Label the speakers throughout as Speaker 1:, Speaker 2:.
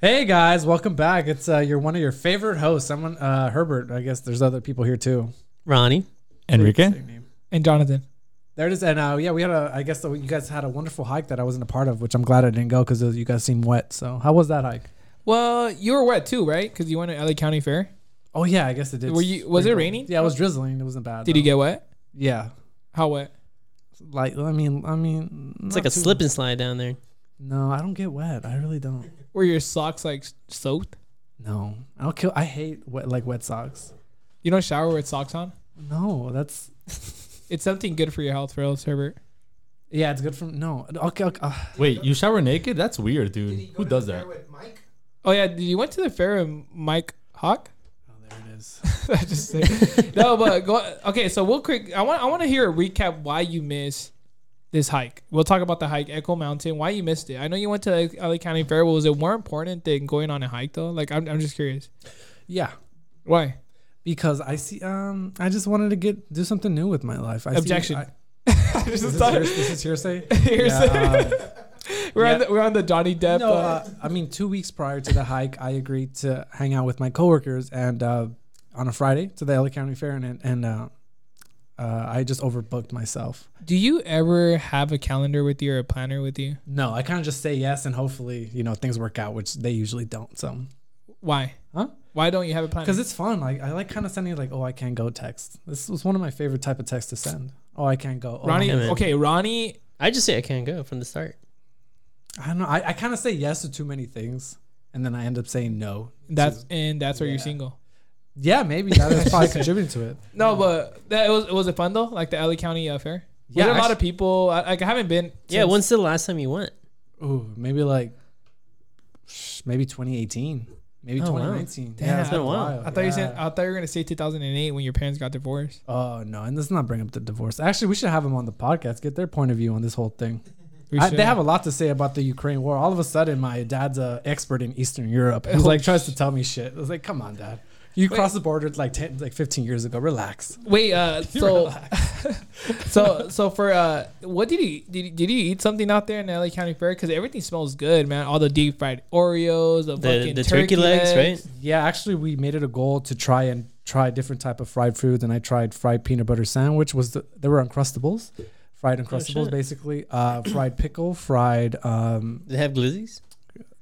Speaker 1: Hey guys, welcome back. It's uh, you're one of your favorite hosts. Someone, uh, Herbert. I guess there's other people here too.
Speaker 2: Ronnie.
Speaker 3: Enrique.
Speaker 1: Same name.
Speaker 4: and Jonathan.
Speaker 1: There it is. And uh, yeah, we had a. I guess that you guys had a wonderful hike that I wasn't a part of, which I'm glad I didn't go because you guys seemed wet. So how was that hike?
Speaker 4: Well, you were wet too, right? Because you went to LA County Fair.
Speaker 1: Oh yeah, I guess it did.
Speaker 4: Were you- was it
Speaker 1: sprinkle.
Speaker 4: raining?
Speaker 1: Yeah, it was drizzling. It wasn't bad.
Speaker 4: Did you
Speaker 1: though.
Speaker 4: get wet?
Speaker 1: Yeah,
Speaker 4: How wet?
Speaker 1: like I mean, I mean,
Speaker 2: It's like a slip and slide down there.
Speaker 1: No, I don't get wet. I really don't.
Speaker 4: Were your socks like soaked?
Speaker 1: No, I don't kill. I hate wet like wet socks.
Speaker 4: You don't shower with socks on.
Speaker 1: No, that's
Speaker 4: It's something good for your health, Rose Herbert.
Speaker 1: yeah. It's good for no. Okay, okay, uh,
Speaker 3: Wait, you shower naked? That's weird, dude. Who does that?
Speaker 4: Oh yeah, did you went to the fair with Mike Hawk?
Speaker 1: oh, there it is.
Speaker 4: I just said- no, but go. Okay, so we'll quick. I want I want to hear a recap why you missed this hike. We'll talk about the hike, Echo Mountain. Why you missed it? I know you went to like, LA County Fair. Was it more important than going on a hike though? Like I'm I'm just curious.
Speaker 1: Yeah,
Speaker 4: Why?
Speaker 1: because I see. Um, I just wanted to get do something new with my life. I see-
Speaker 4: Objection.
Speaker 1: I-
Speaker 4: I just
Speaker 1: this, is
Speaker 4: thought-
Speaker 1: hears- this is hearsay.
Speaker 4: Hearsay.
Speaker 1: Yeah,
Speaker 4: We're
Speaker 1: Yeah.
Speaker 4: on the, we're on the Johnny
Speaker 1: uh,
Speaker 4: Depp.
Speaker 1: no,
Speaker 4: uh,
Speaker 1: uh, I mean, two weeks prior to the hike, I agreed to hang out with my coworkers and uh, on a Friday to the LA County Fair, and and uh, uh, I just overbooked myself.
Speaker 4: do you ever have a calendar with you or a planner with you?
Speaker 1: No, I kind of just say yes, and hopefully, you know, things work out, which they usually don't. So,
Speaker 4: Why?
Speaker 1: Huh?
Speaker 4: Why don't you have a planner?
Speaker 1: because it's fun. Like I like kind of sending like, oh, I can't go text. This was one of my favorite type of text to send. Oh, I can't go. Oh,
Speaker 4: Ronnie.
Speaker 2: Yeah, man.
Speaker 4: okay, Ronnie.
Speaker 2: I just say I can't go from the start.
Speaker 1: I don't know. I, I kind of say yes to too many things, and then I end up saying no.
Speaker 4: That's and that's where you're
Speaker 1: Yeah.
Speaker 4: single.
Speaker 1: Yeah, maybe that is probably contributing to it.
Speaker 4: No, but that it was was it fun though? Like the LA County uh, Fair. Yeah,
Speaker 1: Yeah,
Speaker 4: a lot
Speaker 1: actu-
Speaker 4: of people. I, like I haven't been.
Speaker 2: Yeah,
Speaker 4: since-
Speaker 2: when's the last time you went?
Speaker 1: Ooh, maybe like, sh- maybe 2018, maybe
Speaker 2: Oh, wow.
Speaker 1: 2019.
Speaker 4: Damn,
Speaker 1: yeah,
Speaker 4: it's
Speaker 2: been a while.
Speaker 4: I thought you said.
Speaker 1: yeah.
Speaker 4: I thought you were gonna say 2008 when your parents got divorced.
Speaker 1: Oh no, and let's not bring up the divorce. Actually, we should have them on the podcast. Get their point of view on this whole thing.
Speaker 4: We
Speaker 1: I,
Speaker 4: should-
Speaker 1: they have a lot to say about the Ukraine war. All of a sudden, my dad's a expert in Eastern Europe. He's like tries to tell me shit. I was like, come on, dad. You
Speaker 4: Wait.
Speaker 1: crossed the border like 10, like 15 years ago. Relax.
Speaker 4: Wait. Uh, so, so so for uh, what did you did, you- did you eat something out there in the LA County Fair? Because everything smells good, man. All the deep fried Oreos, the,
Speaker 2: The
Speaker 4: fucking
Speaker 2: the turkey, legs, right?
Speaker 1: Yeah, actually, we made it a goal to try and try different type of fried food. And I tried fried peanut butter sandwich. Was the, they were uncrustables, fried uncrustables
Speaker 2: Oh, shit.
Speaker 1: basically. Uh, fried pickle, fried. Um,
Speaker 2: They have glizzies.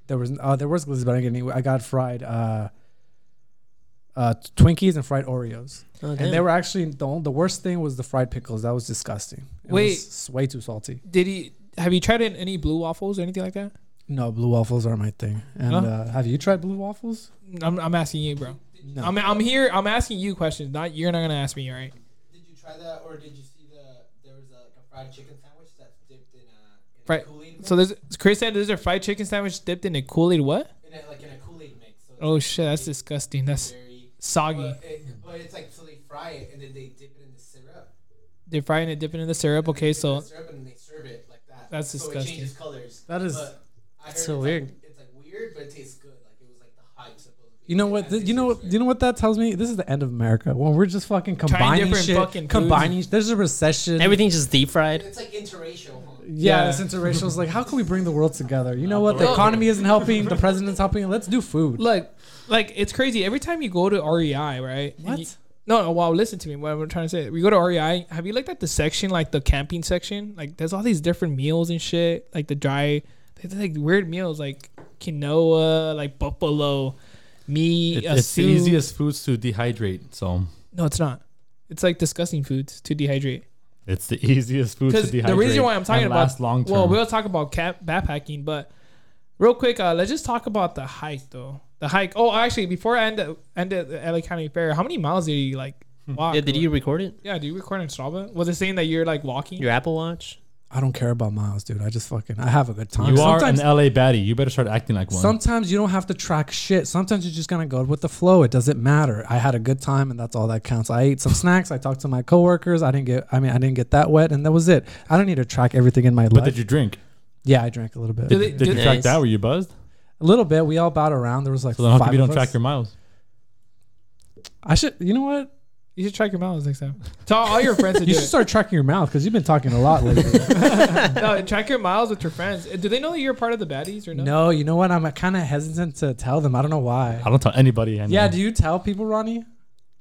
Speaker 1: there was uh, there was glizzy, but I didn't get any. I got fried uh, uh, Twinkies and fried Oreos.
Speaker 2: Oh, damn.
Speaker 1: And they were actually the on- the worst thing was the fried pickles. That was disgusting. It
Speaker 4: Wait.
Speaker 1: was s- way too salty.
Speaker 4: Did you have you tried in any blue waffles or anything like that?
Speaker 1: No, blue waffles are my thing. And
Speaker 4: Huh?
Speaker 1: uh, have you tried blue waffles?
Speaker 4: I'm, I'm asking you, bro.
Speaker 1: No.
Speaker 4: I'm, I'm here. I'm asking you questions. Not you're not gonna ask me, all right?
Speaker 5: Did you try that, or did you see the there was a, like a fried chicken sandwich that's dipped in a, in
Speaker 4: Fried-
Speaker 5: a Kool-Aid
Speaker 4: So there's Chris said there's a fried chicken sandwich dipped in a Kool Aid. What?
Speaker 5: mix? in a, like in a Kool-Aid mix. So it's
Speaker 4: Oh
Speaker 5: like
Speaker 4: shit, that's disgusting. That's
Speaker 5: very
Speaker 4: soggy.
Speaker 5: but, it, but it's like so they fry it and then they dip it in the syrup.
Speaker 4: They're frying it, dipping in the syrup. Okay,
Speaker 5: They dip it in
Speaker 4: so
Speaker 5: the syrup and they serve it like that.
Speaker 4: That's
Speaker 5: so
Speaker 4: disgusting.
Speaker 5: it changes colors.
Speaker 1: That is-
Speaker 5: But I heard
Speaker 2: so
Speaker 5: it's
Speaker 2: weird.
Speaker 5: Like, it's like weird, but it tastes good. Like it was like the hype supposed to be.
Speaker 1: You know what? th- you know what? You know what that tells me? This is the end of America when we're just fucking combining
Speaker 4: different
Speaker 1: shit.
Speaker 4: fucking
Speaker 1: combining. There's a recession.
Speaker 2: Everything's just deep fried.
Speaker 5: It's like interracial. Huh?
Speaker 1: Yeah,
Speaker 4: Yeah.
Speaker 1: it's interracial. It's like, how can we bring the world together? You know what? The
Speaker 4: Well-
Speaker 1: economy isn't helping. The president's helping. Let's do food.
Speaker 4: look, like it's crazy. Every time you go to REI, right? and
Speaker 1: What?
Speaker 4: you- no, no. Wow, listen to me. What I'm trying to say. We go to REI. Have you looked at the section, like the camping section? Like there's all these different meals and shit. Like the dry, there's like weird meals, like quinoa, like buffalo meat.
Speaker 3: It,
Speaker 4: a
Speaker 3: it's the
Speaker 4: soup.
Speaker 3: easiest foods to dehydrate, so
Speaker 4: No, it's not. It's like disgusting foods to dehydrate.
Speaker 3: it's the easiest food to
Speaker 4: Because
Speaker 3: dehydrate.
Speaker 4: the reason why I'm talking
Speaker 3: and
Speaker 4: about
Speaker 3: last long term.
Speaker 4: Well, we'll talk about cap backpacking, but real quick, uh, let's just talk about the hike though. The hike. Oh, actually, before I end up, end at the LA County Fair, how many miles did you like
Speaker 3: Hmm.
Speaker 4: walk?
Speaker 2: Yeah, did you record it?
Speaker 4: Yeah, do you record in Strava? Was it saying that you're like walking?
Speaker 2: Your Apple Watch?
Speaker 1: I don't care about miles, dude. I just fucking I have a good time.
Speaker 3: you are an
Speaker 1: sometimes,
Speaker 3: LA baddie. You better start acting like one.
Speaker 1: sometimes you don't have to track shit. Sometimes you're just gonna go with the flow. It doesn't matter. I had a good time, and that's all that counts. I ate some snacks. I talked to my coworkers. I didn't get. I mean, I didn't get that wet, and that was it. I don't need to track everything in my
Speaker 3: but
Speaker 1: life.
Speaker 3: did you drink?
Speaker 1: yeah, I drank a little bit.
Speaker 4: Do they-
Speaker 3: Did,
Speaker 4: do
Speaker 3: you
Speaker 4: they-
Speaker 3: track that? Were you buzzed?
Speaker 1: a little bit. We all bowed around. There was like
Speaker 3: So then how
Speaker 1: five
Speaker 3: come you
Speaker 1: of
Speaker 3: don't
Speaker 1: us.
Speaker 3: track your miles?
Speaker 1: I should. You know what?
Speaker 4: You should track your miles next time. Tell all your friends to do
Speaker 1: You should
Speaker 4: it.
Speaker 1: start tracking your mouth because you've been talking a lot lately.
Speaker 4: No, track your miles with your friends. Uh, Do they know that you're part of the baddies or no?
Speaker 1: no, you know what? I'm kind of hesitant to tell them. I don't know why.
Speaker 3: I don't tell anybody. I know.
Speaker 1: Yeah, do you tell people, Ronnie?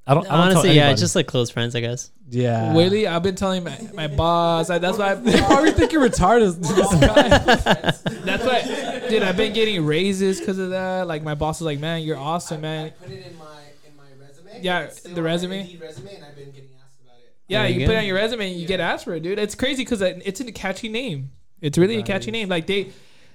Speaker 3: I don't. I don't
Speaker 2: Honestly,
Speaker 3: tell
Speaker 2: yeah,
Speaker 3: anybody.
Speaker 2: just like close friends, I guess.
Speaker 1: Yeah.
Speaker 4: Really? I've been telling my, my boss. I, that's why.
Speaker 1: They
Speaker 4: I,
Speaker 1: probably think you're retarded.
Speaker 4: that's why, dude. I've been getting raises because of that. Like my boss is like, man, you're awesome,
Speaker 5: I
Speaker 4: man.
Speaker 5: put it in my in my resume.
Speaker 4: Yeah,
Speaker 5: It's still
Speaker 4: the
Speaker 5: on my
Speaker 4: resume.
Speaker 5: Indeed resume, and I've been getting asked about it.
Speaker 4: Yeah,
Speaker 2: There
Speaker 4: you
Speaker 2: you
Speaker 4: put it
Speaker 2: go.
Speaker 4: on your resume and you get asked for it, dude. It's crazy because it's a catchy name. It's really a
Speaker 1: That
Speaker 4: catchy
Speaker 1: is.
Speaker 4: name. Like they,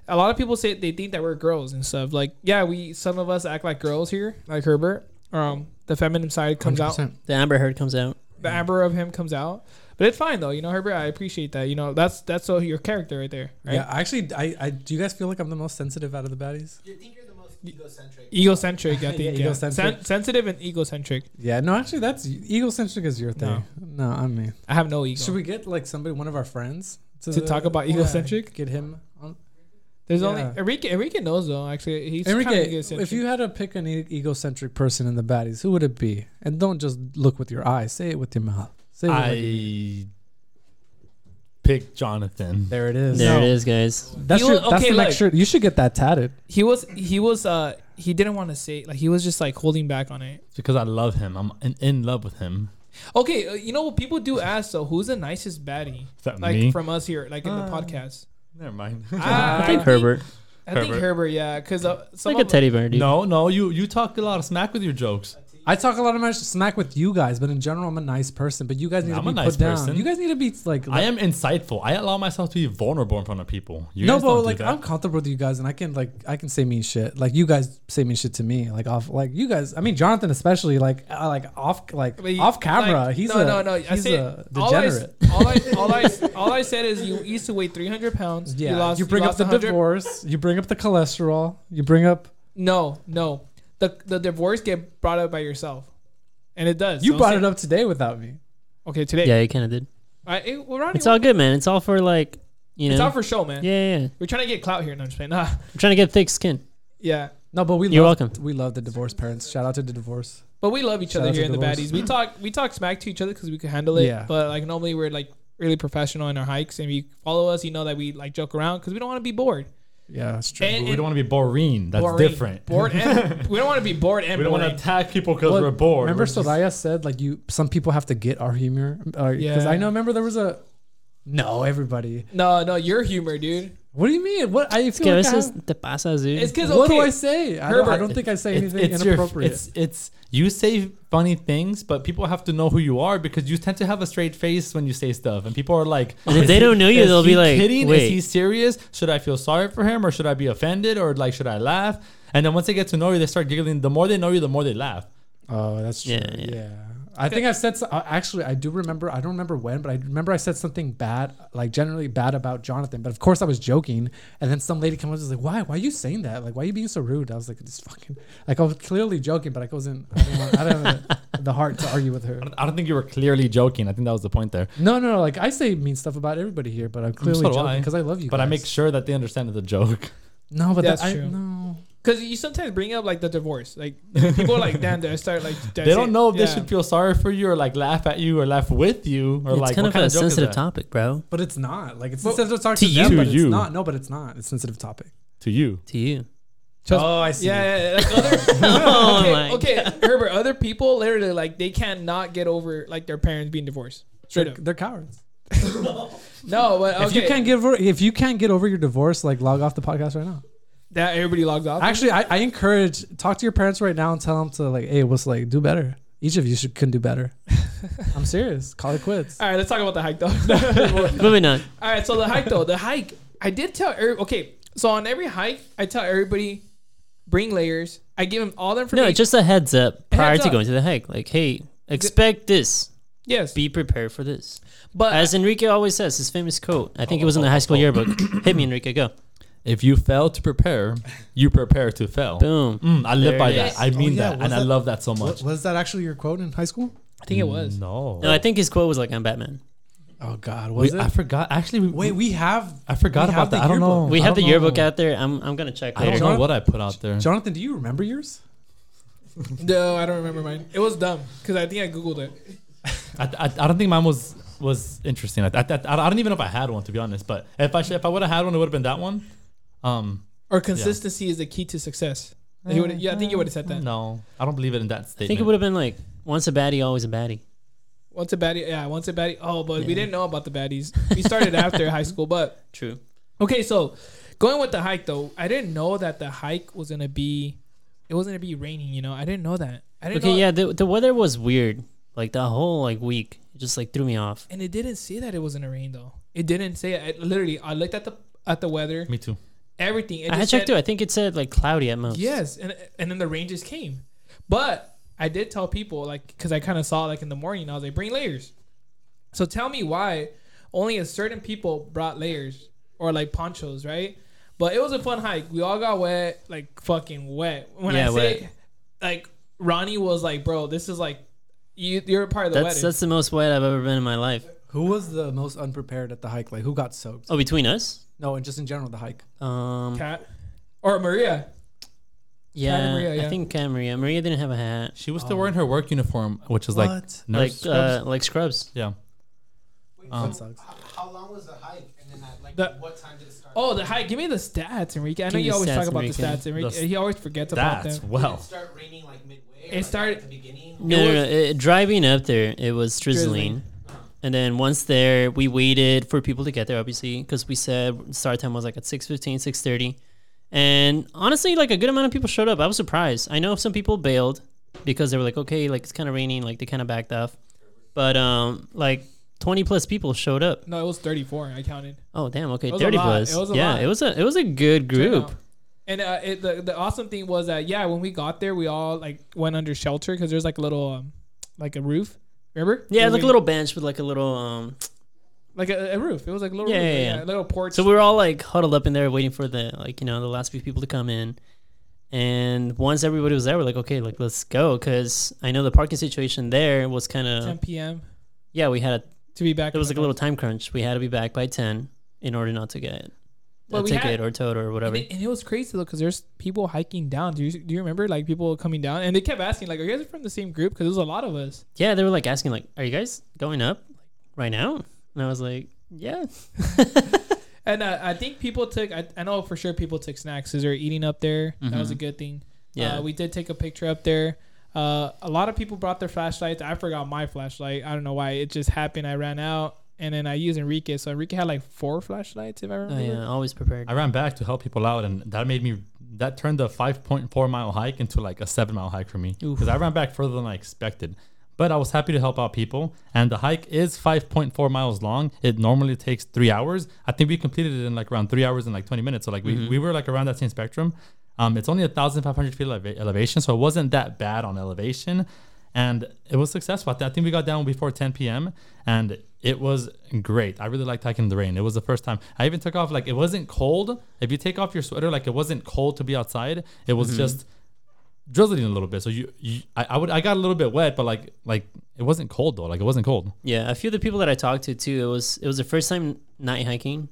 Speaker 4: a lot of people say they think that we're girls and stuff. Like yeah, we some of us act like girls here, like Herbert. Um, the feminine side comes out.
Speaker 1: 100%.
Speaker 2: The Amber Heard comes out.
Speaker 4: the amber of him comes out. But it's fine though, you know, Herbert. I appreciate that. You know, that's that's so your character right there, right?
Speaker 1: Yeah, actually, I, I do. You guys feel like I'm the most sensitive out of the baddies?
Speaker 5: You think you're the most egocentric?
Speaker 4: Egocentric, I
Speaker 1: Yeah,
Speaker 4: think. yeah.
Speaker 1: egocentric.
Speaker 4: Sen- sensitive and egocentric.
Speaker 1: Yeah, no, actually, that's egocentric is your thing. No, I mean,
Speaker 4: I have no ego.
Speaker 1: should we get like somebody, one of our friends,
Speaker 4: To talk about egocentric?
Speaker 1: Get him. on
Speaker 4: There's
Speaker 1: Yeah.
Speaker 4: only Enrique. Enrique knows though. Actually, he's kinda
Speaker 1: Enrique,
Speaker 4: egocentric.
Speaker 1: if you had to pick an e- egocentric person in the baddies, who would it be? And don't just look with your eyes; say it with your mouth. Say it with your-
Speaker 3: I pick Jonathan.
Speaker 1: there it is.
Speaker 2: There it is, guys.
Speaker 1: That's
Speaker 4: You-
Speaker 1: your, that's
Speaker 4: okay,
Speaker 1: the
Speaker 4: look.
Speaker 1: next shirt. You should get that tatted.
Speaker 4: he was he was uh he didn't want to say like he was just like holding back on it.
Speaker 3: It's because I love him. I'm in, in love with him.
Speaker 4: Okay, uh, you know what people do ask though? Who's the nicest baddie?
Speaker 3: Is that
Speaker 4: Like
Speaker 3: me?
Speaker 4: from us here, like in the
Speaker 3: Uh,
Speaker 4: podcast.
Speaker 3: Never mind.
Speaker 4: I,
Speaker 2: I think Herbert.
Speaker 4: I think
Speaker 3: Herbert.
Speaker 4: Herbert. Yeah, because uh,
Speaker 2: It's
Speaker 4: some
Speaker 2: like a
Speaker 4: of-
Speaker 2: teddy bear, dude.
Speaker 3: no, no, you you talk a lot of smack with your jokes.
Speaker 1: I talk a lot of my smack with you guys, but in general, I'm a nice person. But you guys need
Speaker 3: I'm
Speaker 1: to
Speaker 3: a
Speaker 1: be
Speaker 3: nice
Speaker 1: put down.
Speaker 3: person.
Speaker 1: You guys need to be like.
Speaker 3: I am insightful. I allow myself to be vulnerable in front of people. You
Speaker 1: no,
Speaker 3: guys don't
Speaker 1: but
Speaker 3: do
Speaker 1: like
Speaker 3: that.
Speaker 1: I'm comfortable with you guys, and I can like I can say mean shit. Like you guys say mean shit to me. Like off, like you guys. I mean Jonathan especially. Like uh, like off, like
Speaker 4: But you-
Speaker 1: off camera.
Speaker 4: like,
Speaker 1: he's
Speaker 4: no,
Speaker 1: a
Speaker 4: no, no. I
Speaker 1: he's
Speaker 4: say,
Speaker 1: a degenerate.
Speaker 4: All I, all, I, all, I, all I said is you used to weigh 300 pounds.
Speaker 1: yeah, you,
Speaker 4: lost,
Speaker 1: bring up
Speaker 4: lost
Speaker 1: the
Speaker 4: 100
Speaker 1: divorce. You bring up the cholesterol. You bring up.
Speaker 4: No, no. The the divorce get brought up by yourself, and it does.
Speaker 1: You
Speaker 4: Don't
Speaker 1: brought
Speaker 4: say-
Speaker 1: it up today without me.
Speaker 4: Okay, today.
Speaker 2: Yeah, you kind of did.
Speaker 4: I, it, well, Ronnie,
Speaker 2: It's all good, man. It's all for like, you know.
Speaker 4: it's all for show, man.
Speaker 2: yeah, yeah, yeah.
Speaker 4: We're trying to get clout here. No, I'm just playing. Nah.
Speaker 2: I'm trying to get thick skin.
Speaker 4: Yeah.
Speaker 1: No, but we
Speaker 2: You're
Speaker 1: love,
Speaker 2: welcome.
Speaker 1: We love the divorce parents. Shout out to the divorce.
Speaker 4: But we love each
Speaker 1: Shout
Speaker 4: other
Speaker 1: out
Speaker 4: here
Speaker 1: to
Speaker 4: in the
Speaker 1: divorce.
Speaker 4: baddies. We talk we talk smack to each other because we can handle it.
Speaker 1: Yeah.
Speaker 4: But like normally we're like really professional in our hikes, and if you follow us, you know that we like joke around because we don't want to be bored.
Speaker 1: Yeah, that's true.
Speaker 4: And-
Speaker 3: we don't want to be boring. That's
Speaker 4: Boring.
Speaker 3: different.
Speaker 4: Bored and we don't want to be bored and
Speaker 3: we don't want
Speaker 4: boring.
Speaker 3: to attack people because
Speaker 1: Well,
Speaker 3: we're bored.
Speaker 1: Remember,
Speaker 3: We're just-
Speaker 1: Soraya said like you. Some people have to get our humor. Because
Speaker 4: Yeah.
Speaker 1: I know. Remember, there was a. No, everybody.
Speaker 4: No, no, your humor, dude.
Speaker 1: What do you mean? What I feel
Speaker 2: Yeah,
Speaker 1: like
Speaker 2: this
Speaker 1: I
Speaker 2: is
Speaker 1: have-
Speaker 2: te pasas, dude.
Speaker 4: It's because
Speaker 1: What
Speaker 4: okay,
Speaker 1: do I say? I don't, I
Speaker 4: Herbert.
Speaker 1: don't think I say
Speaker 3: It's-
Speaker 1: anything
Speaker 3: it's your-
Speaker 1: inappropriate.
Speaker 3: it's it's you say funny things, but people have to know who you are because you tend to have a straight face when you say stuff, and people are like,
Speaker 2: And if
Speaker 3: "Is
Speaker 2: they
Speaker 3: he-
Speaker 2: don't know you,
Speaker 3: is
Speaker 2: they'll be
Speaker 3: he
Speaker 2: like,
Speaker 3: kidding?
Speaker 2: "Wait."
Speaker 3: is he serious? Should I feel sorry for him, or should I be offended, or like should I laugh?" And then once they get to know you, they start giggling. The more they know you, the more they laugh.
Speaker 1: oh, that's true.
Speaker 2: Yeah,
Speaker 1: Yeah.
Speaker 2: yeah.
Speaker 1: I think I've said so, uh, actually I do remember I don't remember when but I remember I said something bad like generally bad about Jonathan but of course I was joking and then some lady came up and was like why why are you saying that like why are you being so rude I was like this fucking like I was clearly joking but I wasn't I didn't, want, I didn't have the- the heart to argue with her
Speaker 3: I don't, I don't think you were clearly joking. I think that was the point there.
Speaker 1: no no no like I say mean stuff about everybody here but I'm clearly
Speaker 3: so do
Speaker 1: joking
Speaker 3: I.
Speaker 1: because I love you
Speaker 3: But I
Speaker 1: guys.
Speaker 3: make sure that they understand it's a joke.
Speaker 1: no but
Speaker 4: That's
Speaker 1: that's that,
Speaker 4: true.
Speaker 1: I, no
Speaker 4: Because you sometimes bring up like the divorce, like people are like damn, they start like
Speaker 3: they don't know if they should feel sorry for you or like laugh at you or laugh with you or
Speaker 2: it's
Speaker 3: like
Speaker 2: kind
Speaker 3: what
Speaker 2: of
Speaker 3: kind
Speaker 2: a
Speaker 3: of joke is
Speaker 2: sensitive
Speaker 3: that?
Speaker 2: topic, bro.
Speaker 1: But it's not. Like it's
Speaker 4: Well,
Speaker 1: a sensitive topic to,
Speaker 2: to you.
Speaker 1: them,
Speaker 3: To
Speaker 1: but it's
Speaker 3: you.
Speaker 1: not. No, but it's not. It's a sensitive topic.
Speaker 3: to you.
Speaker 2: To you.
Speaker 1: oh, I see.
Speaker 4: Yeah, yeah, like other,
Speaker 2: Oh
Speaker 4: okay,
Speaker 2: my.
Speaker 4: okay, Herbert. Other people literally like they cannot get over like their parents being divorced. Straight
Speaker 1: They're,
Speaker 4: up.
Speaker 1: they're cowards.
Speaker 4: No, but okay.
Speaker 1: If you can't get over, if you can't get over your divorce, like log off the podcast right now.
Speaker 4: that everybody logs off.
Speaker 1: Actually, I, I encourage talk to your parents right now and tell them to like, hey, what's like, do better. Each of you should can do better. I'm serious. Call it quits.
Speaker 4: All right, let's talk about the hike though.
Speaker 2: Moving on.
Speaker 4: All right, so the hike though, the hike. I did tell every, okay, so on every hike, I tell everybody bring layers. I give them all the
Speaker 2: No,
Speaker 4: information.
Speaker 2: just a heads up prior
Speaker 4: Heads
Speaker 2: to
Speaker 4: up.
Speaker 2: going to the hike. Like, hey, expect this.
Speaker 4: yes,
Speaker 2: Be prepared for this.
Speaker 4: but
Speaker 2: As Enrique always says, his famous quote. I think it was in the high school yearbook. Hit me, Enrique. Go.
Speaker 3: If you fail to prepare, you prepare to fail.
Speaker 2: Boom.
Speaker 3: Mm, I live
Speaker 2: There
Speaker 3: by
Speaker 2: it
Speaker 3: that.
Speaker 2: is.
Speaker 3: I mean
Speaker 1: Oh, yeah,
Speaker 3: that,
Speaker 1: was
Speaker 3: and I
Speaker 1: that-
Speaker 3: love that so much.
Speaker 1: was that actually your quote in high school?
Speaker 4: I think it was.
Speaker 3: No,
Speaker 2: No, I think his quote was like, "I'm Batman."
Speaker 1: Oh God,
Speaker 3: we,
Speaker 1: was
Speaker 3: I
Speaker 1: it?
Speaker 3: forgot. Actually, we,
Speaker 1: Wait, we have.
Speaker 3: I forgot
Speaker 1: we
Speaker 3: about
Speaker 1: have
Speaker 3: that.
Speaker 1: the
Speaker 3: I don't know.
Speaker 1: yearbook.
Speaker 2: We
Speaker 3: I
Speaker 2: have the
Speaker 3: don't
Speaker 2: yearbook
Speaker 3: know.
Speaker 2: out there. I'm I'm gonna check
Speaker 3: Oh. I don't
Speaker 2: later.
Speaker 3: know what I put out there.
Speaker 1: Jonathan, do you remember yours?
Speaker 4: No, I don't remember mine. It was dumb because I think I googled it.
Speaker 3: I, I, I don't think mine was was interesting. I, I, I, I don't even know if I had one to be honest. But if I should, if I would have had one, it would have been that one. Um,
Speaker 4: Or consistency is the key to success. You would've- yeah, I think you would have said that.
Speaker 1: Ah.
Speaker 3: no, I don't believe it in that
Speaker 2: I
Speaker 3: statement.
Speaker 2: think it would have been like once a baddie, always a baddie.
Speaker 4: Once a baddie, yeah, once a baddie. Oh, but we
Speaker 2: Yeah.
Speaker 4: didn't know about the baddies. We started after high school, but
Speaker 2: True.
Speaker 4: okay. So going with the hike though, I didn't know that the hike was gonna be, it was gonna be raining. You know, I didn't know that. I didn't
Speaker 2: Okay,
Speaker 4: know,
Speaker 2: yeah, the, the weather was weird. Like the whole like week, it just like threw me off.
Speaker 4: And it didn't say that it was gonna rain though. It didn't say it. I, literally, I looked at the at the weather,
Speaker 3: Me too.
Speaker 4: everything. It
Speaker 2: I had
Speaker 4: just
Speaker 2: checked
Speaker 4: said-
Speaker 2: too. I think it said like cloudy at most.
Speaker 4: Yes, and and then the rain just came, but I did tell people like because I kind of saw like in the morning I was like bring layers, so tell me why only a certain people brought layers or like ponchos right, but it was a fun hike we all got wet like fucking wet when I
Speaker 2: Yeah,
Speaker 4: say
Speaker 2: wet.
Speaker 4: like Ronnie was like bro this is like you you're a part of the
Speaker 2: That's
Speaker 4: wedding
Speaker 2: that's the most wet I've ever been in my life.
Speaker 1: Who was the most unprepared at the hike? Like who got soaked?
Speaker 2: Oh, between us?
Speaker 1: No, and just in general the hike.
Speaker 2: Um
Speaker 4: cat or Maria
Speaker 2: yeah,
Speaker 4: Maria, yeah.
Speaker 2: I think Cat Maria. Maria didn't have a hat.
Speaker 3: She was still wearing her work uniform, which is like
Speaker 1: What?
Speaker 2: Like
Speaker 3: nurse.
Speaker 2: uh like scrubs.
Speaker 3: yeah.
Speaker 5: Wait,
Speaker 3: Um,
Speaker 5: so
Speaker 1: Sucks.
Speaker 5: how, how long was the hike? And then at like
Speaker 4: The-
Speaker 5: what time did it start?
Speaker 4: oh the hike give me the stats Enrique I know
Speaker 2: Give me
Speaker 4: you
Speaker 2: the
Speaker 4: always
Speaker 2: stats,
Speaker 4: talk about
Speaker 2: Enrique.
Speaker 4: the stats Enrique
Speaker 3: The
Speaker 4: he always forgets about
Speaker 3: That's
Speaker 4: them
Speaker 5: Did it
Speaker 3: well.
Speaker 5: start raining like midway. Or
Speaker 4: It
Speaker 5: like,
Speaker 4: started-
Speaker 5: at the beginning.
Speaker 2: No,
Speaker 4: It
Speaker 2: no, no.
Speaker 4: was-
Speaker 2: It, driving up there, it was drizzling.
Speaker 4: Drizzling.
Speaker 2: And then once there, we waited for people to get there, obviously, because we said start time was like at 6.15, 6.30. And honestly, like a good amount of people showed up. I was surprised. I know some people bailed because they were like, okay, like it's kind of raining, like they kind of backed off. But um, like 20 plus people showed up.
Speaker 4: no it was thirty four I counted.
Speaker 2: Oh damn, okay,
Speaker 4: It was a
Speaker 2: 30
Speaker 4: lot.
Speaker 2: plus.
Speaker 4: It was a
Speaker 2: yeah,
Speaker 4: lot.
Speaker 2: it was a it was a good group.
Speaker 4: Yeah. And uh, it, the the awesome thing was that yeah, when we got there, we all like went under shelter because there's like a little um, like a roof. Remember?
Speaker 2: Yeah,
Speaker 4: Where
Speaker 2: like a
Speaker 4: we-
Speaker 2: little bench with like a little um
Speaker 4: like a, a roof. It was like a little
Speaker 2: Yeah,
Speaker 4: roof,
Speaker 2: yeah, yeah.
Speaker 4: a little porch.
Speaker 2: So we were all like huddled up in there waiting for the like you know the last few people to come in, and once everybody was there, we're like, okay, like let's go because I know the parking situation there was kind
Speaker 4: 10
Speaker 2: of
Speaker 4: p.m.
Speaker 2: yeah we had a
Speaker 4: to be back.
Speaker 2: there was
Speaker 4: in
Speaker 2: like a
Speaker 4: the
Speaker 2: little time crunch. We had to be back by ten in order not to get
Speaker 4: Well,
Speaker 2: a
Speaker 4: we
Speaker 2: ticket
Speaker 4: had-
Speaker 2: or towed or
Speaker 4: And
Speaker 2: whatever.
Speaker 4: it, and it was crazy though, because there's people hiking down. Do you do you remember like people coming down? And they kept asking like, "Are you guys from the same group?" Because there was a lot of us.
Speaker 2: yeah, they were like asking like, are you guys going up right now? And I was like, yeah,
Speaker 4: And uh, I think people took. I, I know for sure people took snacks because they were eating up there. That was a good thing.
Speaker 2: Mm-hmm. Yeah.
Speaker 4: uh, we did take a picture up there. Uh, a lot of people brought their flashlights. I forgot my flashlight. I don't know why. It just happened. I ran out, and then I used Enrique. So Enrique had like four flashlights, if I
Speaker 2: oh
Speaker 4: remember.
Speaker 2: yeah, always prepared.
Speaker 3: I ran back to help people out, and that made me that turned the 5.4 mile hike into like a seven mile hike for me because I ran back further than I expected. But I was happy to help out people, and the hike is 5.4 miles long. It normally takes three hours. I think we completed it in like around three hours and like 20 minutes. So like we, we were like around that same spectrum. Um, it's only 1,500 feet eleva- elevation, so it wasn't that bad on elevation, and it was successful. I, thi- I think we got down before 10 p.m. and it was great. I really liked hiking in the rain. It was the first time I even took off. Like it wasn't cold. If you take off your sweater, like it wasn't cold to be outside. It was just drizzling a little bit. So you, you I, I would, I got a little bit wet, but like, like it wasn't cold though. Like it wasn't cold.
Speaker 2: Yeah, a few of the people that I talked to too, it was it was the first time night hiking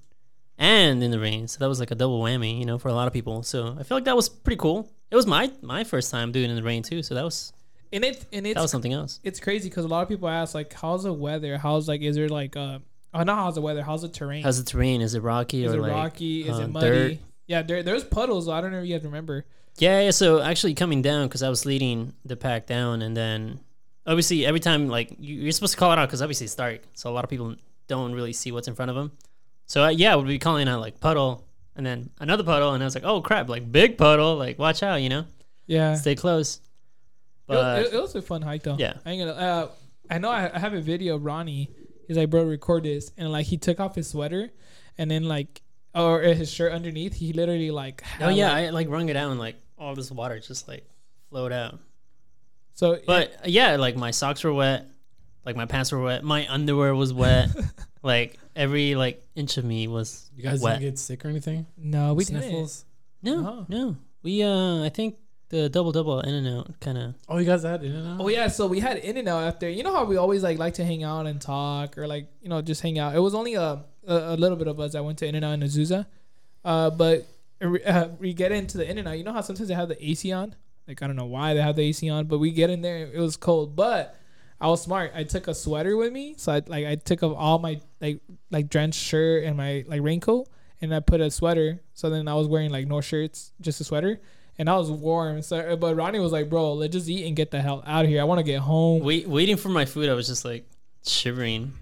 Speaker 2: and in the rain. So that was like a double whammy, you know, for a lot of people. So I feel like that was pretty cool. It was my my first time doing it in the rain too, so that was
Speaker 4: And it's and
Speaker 2: that was
Speaker 4: it's
Speaker 2: something else.
Speaker 4: it's crazy because a lot of people ask like, "How's the weather? How's like is there like uh oh not how's the weather? How's the terrain?
Speaker 2: How's the terrain? Is it rocky
Speaker 4: is
Speaker 2: or
Speaker 4: it
Speaker 2: like
Speaker 4: rocky? Is
Speaker 2: uh,
Speaker 4: it muddy?"
Speaker 2: dirt?
Speaker 4: Yeah, there, there's puddles. I don't know if you guys remember.
Speaker 2: Yeah, yeah. So actually coming down because I was leading the pack down, and then obviously every time like you, you're supposed to call it out because obviously it's dark, so a lot of people don't really see what's in front of them. So uh, yeah, we'd be calling out like puddle, and then another puddle, and I was like, oh crap, like big puddle, like watch out, you know,
Speaker 4: Yeah,
Speaker 2: stay close.
Speaker 4: It was-
Speaker 2: But
Speaker 4: it, it was a fun hike though.
Speaker 2: Yeah.
Speaker 4: I ain't gonna. Uh, I know I, I have a video. of Ronnie, he's like, bro, record this, and like he took off his sweater, and then like, or his shirt underneath, he literally like.
Speaker 2: oh
Speaker 4: had,
Speaker 2: yeah,
Speaker 4: like-
Speaker 2: I like wrung it out, and like all this water just like flowed out.
Speaker 4: so
Speaker 2: But uh, yeah, like my socks were wet, like my pants were wet, my underwear was wet, like every like inch of me was
Speaker 1: You guys
Speaker 2: wet.
Speaker 1: didn't get sick or anything?
Speaker 4: no, we didn't.
Speaker 1: Sniffles?
Speaker 2: No,
Speaker 4: Oh.
Speaker 2: no. We uh, I think the double double in and out kind of.
Speaker 1: Oh, you guys had in and
Speaker 4: Oh yeah, so we had in and out after. You know how we always like like to hang out and talk, or like you know just hang out. It was only a a, a little bit of us that went to in and out and Azusa, uh, but uh, we get into the in and out. You know how sometimes they have the AC on. Like I don't know why they have the AC on, but we get in there. It was cold, but I was smart. I took a sweater with me, so I like I took off all my like like drenched shirt and my like raincoat, and I put a sweater. So then I was wearing like no shirts, just a sweater, and I was warm. So but Ronnie was like, "Bro, let's just eat and get the hell out of here. I want to get home."
Speaker 2: Wait, waiting for my food, I was just like shivering,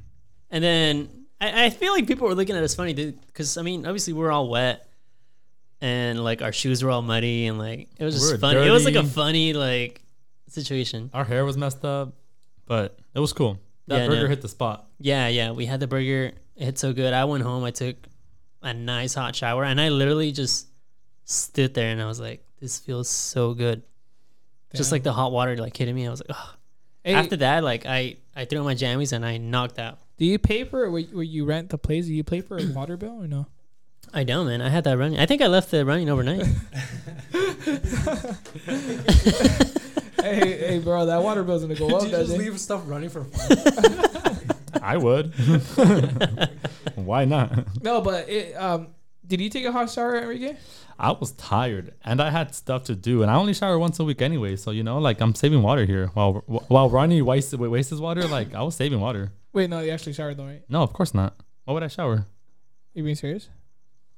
Speaker 2: and then I, I feel like people were looking at us funny, dude, because I mean, obviously we're all wet, and like our shoes were all muddy, and like it was just
Speaker 3: We're
Speaker 2: funny. It was like a
Speaker 3: dirty.
Speaker 2: funny like situation.
Speaker 3: Our hair was messed up, but it was cool. That
Speaker 2: Yeah, I
Speaker 3: burger
Speaker 2: know.
Speaker 3: hit the spot.
Speaker 2: Yeah, yeah, we had the burger. It hit so good. I went home. I took a nice hot shower, and I literally just stood there, and I was like, "This feels so good." Just
Speaker 4: Damn.
Speaker 2: like the hot water like hitting me. I was like, "Ugh."
Speaker 4: Hey,
Speaker 2: After that, like I I threw on my jammies and I knocked out.
Speaker 4: do you pay for where where you rent the place? Do you pay for a water bill or no?
Speaker 2: I know, man. I had that running. I think I left the running overnight.
Speaker 4: hey, hey, bro, that water bill's gonna go
Speaker 1: Did
Speaker 4: up.
Speaker 1: you
Speaker 4: that
Speaker 1: just
Speaker 4: day.
Speaker 1: leave stuff running for fun?
Speaker 3: I would. Why not?
Speaker 4: No, but it, um, did you take a hot shower, Enrique?
Speaker 3: I was tired and I had stuff to do, and I only shower once a week anyway. So you know, like I'm saving water here. While while Ronnie wasted wastes his water, like I was saving water.
Speaker 4: Wait, no, you actually showered though, right?
Speaker 3: No, of course not. Why would I shower?
Speaker 4: You being serious?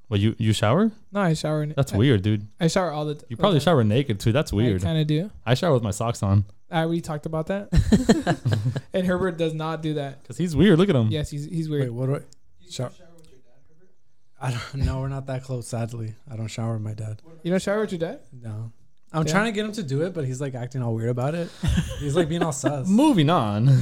Speaker 3: Well, you you shower?
Speaker 4: No, I shower. in-
Speaker 3: That's
Speaker 4: I,
Speaker 3: weird, dude.
Speaker 4: I shower all the. T-
Speaker 3: You probably shower naked too. That's weird.
Speaker 4: I kind of do.
Speaker 3: I shower with my socks on
Speaker 4: I we talked about that. and Herbert does not do that.
Speaker 3: because he's weird. Look at him.
Speaker 4: Yes, he's he's weird.
Speaker 1: Wait, what do I? Shower. I don't know. We're not that close. Sadly, I don't shower with my dad.
Speaker 4: You don't shower with your dad?
Speaker 1: No, I'm
Speaker 4: Yeah.
Speaker 1: trying to get him to do it, but he's like acting all weird about it. He's like being all sus.
Speaker 3: Moving on.
Speaker 4: all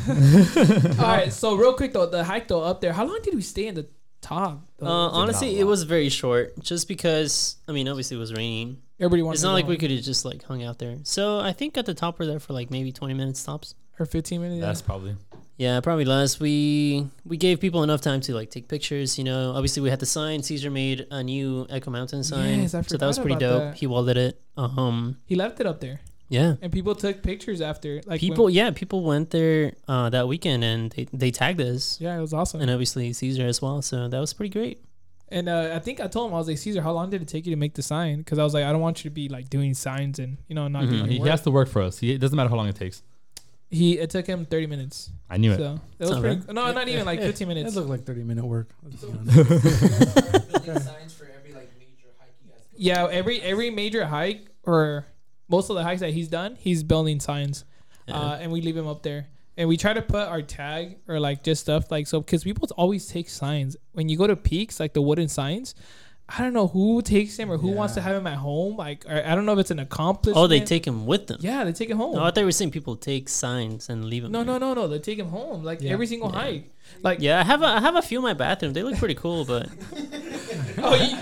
Speaker 4: right. So real quick though, the hike though up there. How long did we stay in the top?
Speaker 2: uh,
Speaker 4: though?
Speaker 2: honestly,
Speaker 3: not
Speaker 2: it
Speaker 3: long.
Speaker 2: was very short, just because I mean, obviously it was raining.
Speaker 4: Everybody wants.
Speaker 2: It's not like we could have just like hung out there. So I think at the top we're there for like maybe twenty minutes tops.
Speaker 4: or fifteen minutes.
Speaker 3: That's probably.
Speaker 2: Yeah, probably less. We we gave people enough time to like take pictures. You know, obviously we had the sign. Caesar made a new Echo Mountain sign,
Speaker 4: Yes, I
Speaker 2: so that was
Speaker 4: forgot
Speaker 2: pretty
Speaker 4: about
Speaker 2: dope.
Speaker 4: that.
Speaker 2: He walled it. Um,
Speaker 4: He left it up there,
Speaker 2: yeah,
Speaker 4: and people took pictures after. Like when-
Speaker 2: people. Yeah, people went there uh, that weekend and they they tagged us,
Speaker 4: yeah, it was awesome.
Speaker 2: and obviously Caesar as well. So that was pretty great.
Speaker 4: And uh, I think I told him I was like Caesar, how long did it take you to make the sign? Because I was like, I don't want you to be like doing signs and you know not
Speaker 2: Mhm.
Speaker 4: doing
Speaker 3: Mm-hmm. He,
Speaker 4: any
Speaker 3: he
Speaker 4: work.
Speaker 3: has to work for us. He, it doesn't matter how long it takes.
Speaker 4: He it took him thirty minutes.
Speaker 3: I knew it.
Speaker 4: So it was
Speaker 2: not
Speaker 4: pretty. No, not even like fifteen
Speaker 1: It
Speaker 4: minutes.
Speaker 1: looked like 30 minute work. Let's be honest.
Speaker 5: Building signs for every like major hike you guys go
Speaker 4: Yeah,
Speaker 5: on.
Speaker 4: every every major hike or most of the hikes that he's done, he's building signs, uh, and we leave him up there. And we try to put our tag or like just stuff like so because people always take signs when you go to peaks like the wooden signs. I don't know who takes them or who wants to
Speaker 1: Yeah.
Speaker 4: have him at home. Like or, I don't know if it's an accomplishment.
Speaker 2: Oh, they take him with them.
Speaker 4: Yeah, they take it home.
Speaker 2: Oh, I thought we were saying people take signs and leave them.
Speaker 4: No, no, no, no. They take him home. Like
Speaker 1: Yeah.
Speaker 4: every single
Speaker 2: Yeah.
Speaker 4: hike. Like
Speaker 2: Yeah, I have a, I have a few in my bathroom. They look pretty cool, but
Speaker 4: oh, you,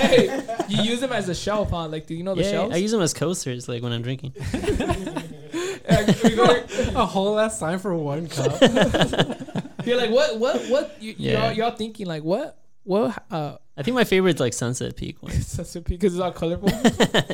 Speaker 4: hey, you use them as a shelf, huh? Like, do you know the
Speaker 2: yeah,
Speaker 4: shelves?
Speaker 2: I use them as coasters, like when I'm drinking.
Speaker 4: Like, we go there-
Speaker 1: a whole ass sign for one cup.
Speaker 4: you're like, what, what, what? You,
Speaker 2: Yeah.
Speaker 4: y'all, y'all thinking like, what, what? Uh,
Speaker 2: I think my favorite's like Sunset Peak one.
Speaker 4: because it's all colorful.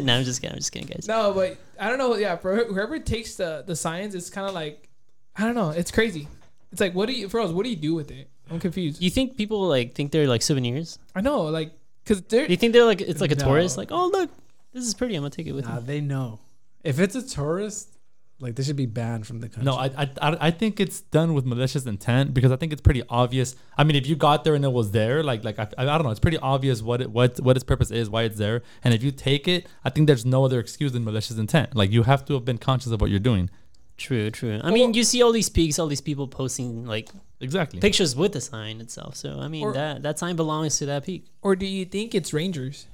Speaker 2: no, I'm just kidding. I'm just kidding, guys.
Speaker 4: no, but I don't know. Yeah, for whoever takes the the signs, it's kind of like, I don't know. It's crazy. It's like, what do you, Froze? What do you do with it? I'm confused.
Speaker 2: You think people like think they're like souvenirs?
Speaker 4: I know, like, cause they're
Speaker 2: Do you think they're like it's like a
Speaker 1: No.
Speaker 2: tourist? Like, oh look, this is pretty. I'm gonna take it with
Speaker 1: nah,
Speaker 2: me.
Speaker 1: they know. If it's a tourist, like they should be banned from the country.
Speaker 3: No, I, I I I think it's done with malicious intent because I think it's pretty obvious. I mean, if you got there and it was there, like like I, I don't know, it's pretty obvious what it what what its purpose is, why it's there. And if you take it, I think there's no other excuse than malicious intent. Like you have to have been conscious of what you're doing.
Speaker 2: True, true. I mean, you see all these peaks, all these people posting like
Speaker 3: Exactly.
Speaker 2: pictures with the sign itself. So I mean,
Speaker 4: Or-
Speaker 2: that that sign belongs to that peak.
Speaker 4: or do you think it's rangers,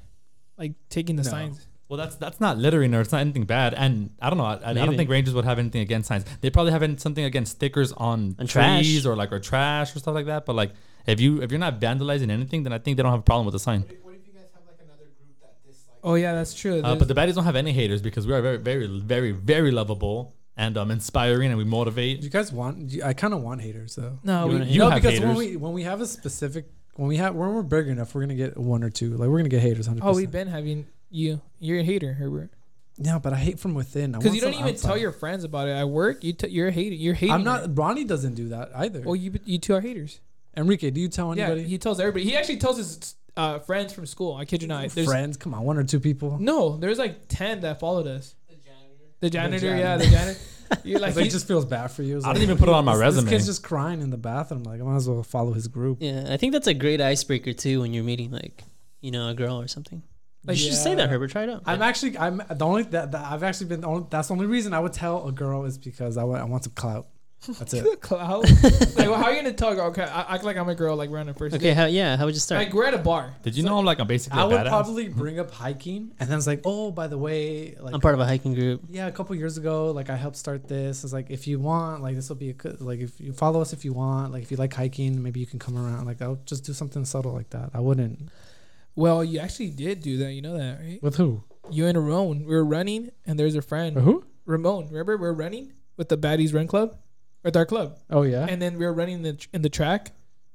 Speaker 4: like taking the signs?
Speaker 3: Well, that's that's not littering or it's not anything bad. And I don't know. I, I
Speaker 2: Maybe.
Speaker 3: don't think Rangers would have anything against signs. They probably have something against stickers on
Speaker 2: And trash.
Speaker 3: trees or like or trash or stuff like that. But like if you if you're not vandalizing anything, then I think they don't have a problem with the sign.
Speaker 5: What if, what if you guys have like another group that dislikes?
Speaker 4: Oh yeah, that's true.
Speaker 3: Uh, but the baddies don't have any haters because we are very, very, very, very lovable and um, inspiring, and we motivate.
Speaker 1: you guys want? you- I kind of want haters though.
Speaker 4: no,
Speaker 3: You
Speaker 4: we,
Speaker 3: wanna-
Speaker 1: no,
Speaker 3: have
Speaker 1: because when
Speaker 3: haters.
Speaker 1: we when we have a specific when we have when we're big enough, we're gonna get one or two. Like we're gonna get haters. 100
Speaker 4: Oh, we've been having you. You're a hater, Herbert.
Speaker 1: No, but I hate from within. I
Speaker 4: Because
Speaker 1: want
Speaker 4: you don't
Speaker 1: some
Speaker 4: even tell
Speaker 1: outside.
Speaker 4: your friends about it. At work, you t- you're a hater. You're hating.
Speaker 1: I'm
Speaker 4: her.
Speaker 1: not. Ronnie doesn't do that either.
Speaker 4: Well, you you two are haters.
Speaker 1: Enrique, do you tell anybody?
Speaker 4: Yeah, he tells everybody. He actually tells his uh, friends from school. I kid you not. There's
Speaker 1: friends, come on, one or two people.
Speaker 4: no. There's like ten that followed us.
Speaker 5: The
Speaker 4: The
Speaker 5: janitor
Speaker 4: janitor, yeah,
Speaker 1: janitor.
Speaker 4: the janitor. You're like,
Speaker 1: Like, it
Speaker 4: he-
Speaker 1: just feels bad for you. It's
Speaker 3: I
Speaker 1: like,
Speaker 3: didn't even put it on my
Speaker 1: this-
Speaker 3: resume.
Speaker 1: This kid's just crying in the bathroom. Like I might as well follow his group.
Speaker 2: Yeah, I think that's a great icebreaker too when you're meeting like, you know, a girl or something. Like you should say
Speaker 1: Yeah.
Speaker 2: that, Herbert. Try it out.
Speaker 1: I'm actually I'm the only that, that I've actually been the only, that's the only reason I would tell a girl is because I want I want some clout. That's it.
Speaker 4: Clout. like, well, how are you gonna tell a girl? Okay, I act like I'm a girl, like running first.
Speaker 2: okay, how, yeah. How would you start?
Speaker 4: Like we're at a bar.
Speaker 3: Did you know I'm like I'm basically
Speaker 1: I
Speaker 3: a
Speaker 1: would
Speaker 3: badass?
Speaker 1: probably bring up hiking, and then it's like, oh, by the way, like
Speaker 2: I'm part of a hiking group.
Speaker 1: yeah, a couple years ago, like I helped start this. It's like if you want, like this will be a good, like if you follow us if you want, like if you like hiking, maybe you can come around. Like I'll just do something subtle like that. I wouldn't
Speaker 4: Well, you actually did do that. You know that, right?
Speaker 1: with who
Speaker 4: You and Ramon. We were running, and there's a friend.
Speaker 1: who?
Speaker 4: Ramon, remember we were running with the Baddies Run Club, with our club,
Speaker 1: Oh yeah,
Speaker 4: and then we were running in the in the track,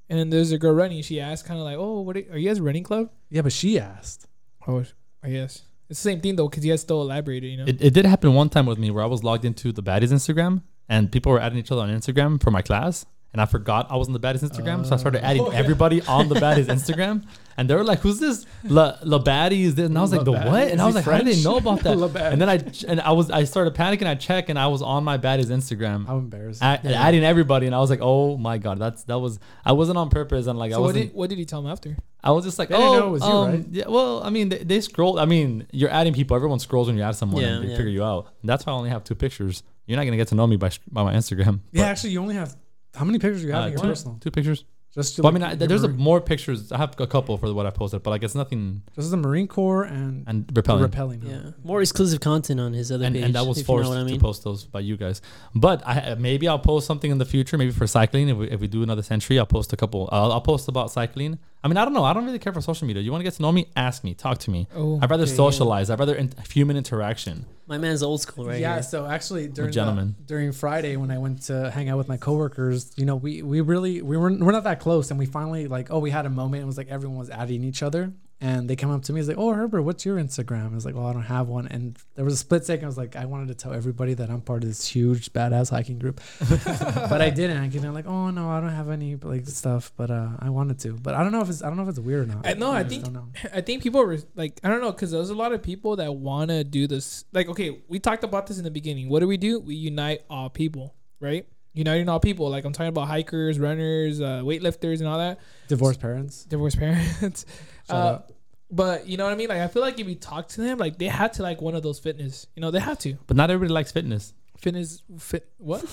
Speaker 4: and then there's a girl running. She asked, kind of like, "Oh, what are, are you guys a running club?"
Speaker 1: yeah, but she asked.
Speaker 4: Oh, I guess it's the same thing though, because you guys still elaborated, you know.
Speaker 3: It, it did happen one time with me where I was logged into the baddies Instagram and people were adding each other on Instagram for my class. And I forgot I was on the baddies Instagram, so I started adding
Speaker 1: Oh,
Speaker 3: everybody on the baddies Instagram, and they were like, "Who's this La La baddies?" And I was like, "The
Speaker 1: Baddies?
Speaker 3: what?" And I
Speaker 1: Is
Speaker 3: was
Speaker 1: he
Speaker 3: like, "How did they
Speaker 1: French?
Speaker 3: know about that?"
Speaker 1: La Baddies.
Speaker 3: and then I and I was I started panicking. I checked, and I was on my baddies Instagram,
Speaker 1: I'm embarrassed.
Speaker 3: a- and adding everybody, and I was like, "Oh my god, that's that was I wasn't on purpose." And like I
Speaker 4: so
Speaker 3: was
Speaker 4: what did what did he tell him after?
Speaker 3: I was just like,
Speaker 1: They didn't know it
Speaker 3: oh,
Speaker 1: was you,
Speaker 3: um,
Speaker 1: right?
Speaker 3: yeah. Well, I mean, they, they scroll. I mean, you're adding people. Everyone scrolls when you add someone,
Speaker 2: Yeah,
Speaker 3: and they
Speaker 2: yeah.
Speaker 3: figure you out. That's why I only have two pictures. You're not gonna get to know me by sh- by my Instagram.
Speaker 1: yeah, actually, you only have how many pictures do you
Speaker 3: But,
Speaker 1: have
Speaker 3: uh,
Speaker 1: in your
Speaker 3: two,
Speaker 1: personal?
Speaker 3: two pictures.
Speaker 1: Just
Speaker 3: Well, I
Speaker 1: like,
Speaker 3: mean, I,
Speaker 1: your
Speaker 3: there's a,
Speaker 1: Marine-
Speaker 3: more pictures. I have a couple for what I posted, but like it's nothing
Speaker 1: This is the Marine Corps and,
Speaker 3: and
Speaker 1: repelling.
Speaker 3: repelling.
Speaker 1: Mm.
Speaker 2: Yeah, more exclusive content on his other
Speaker 3: and,
Speaker 2: page.
Speaker 3: and that was
Speaker 2: if you know
Speaker 3: forced
Speaker 2: what I mean.
Speaker 3: to post those by you guys. But I maybe I'll post something in the future. Maybe for cycling, if we, if we do another century, I'll post a couple. I'll, I'll post about cycling. I mean, I don't know. I don't really care for social media. You want to get to know me? Ask me. Talk to me.
Speaker 4: Oh,
Speaker 3: I'd rather
Speaker 1: okay.
Speaker 3: socialize. I'd rather in, human interaction.
Speaker 2: My man's old school, right?
Speaker 1: yeah,
Speaker 2: here.
Speaker 1: so actually during the,
Speaker 3: gentleman.
Speaker 1: during Friday when I went to hang out with my coworkers, you know, we we really we were we're not that close, and we finally like oh we had a moment. It was like everyone was adding each other, and they come up to me. It's like, oh Herbert, what's your Instagram? I was like, well I don't have one, and there was a split second. I was like, I wanted to tell everybody that I'm part of this huge badass hiking group, but I didn't. I kind of like oh no, I don't have any like stuff, but uh, I wanted to, but I don't know if it's I don't know if it's weird or not.
Speaker 4: I- no, I
Speaker 1: just
Speaker 4: think-
Speaker 1: don't know.
Speaker 4: I think people were like, I don't know, because there's a lot of people that want to do this. Like, okay, we talked about this in the beginning. What do we do? We unite all people, right? Uniting all people. Like, I'm talking about hikers, runners, uh, weightlifters, and all that.
Speaker 1: divorced parents.
Speaker 4: Divorced parents.
Speaker 1: Shout
Speaker 4: Uh,
Speaker 1: out.
Speaker 4: but you know what I mean? Like, I feel like if you talk to them, like, they had to like one of those fitness. You know, they have to.
Speaker 3: But not everybody likes fitness.
Speaker 4: Fitness, fit, what?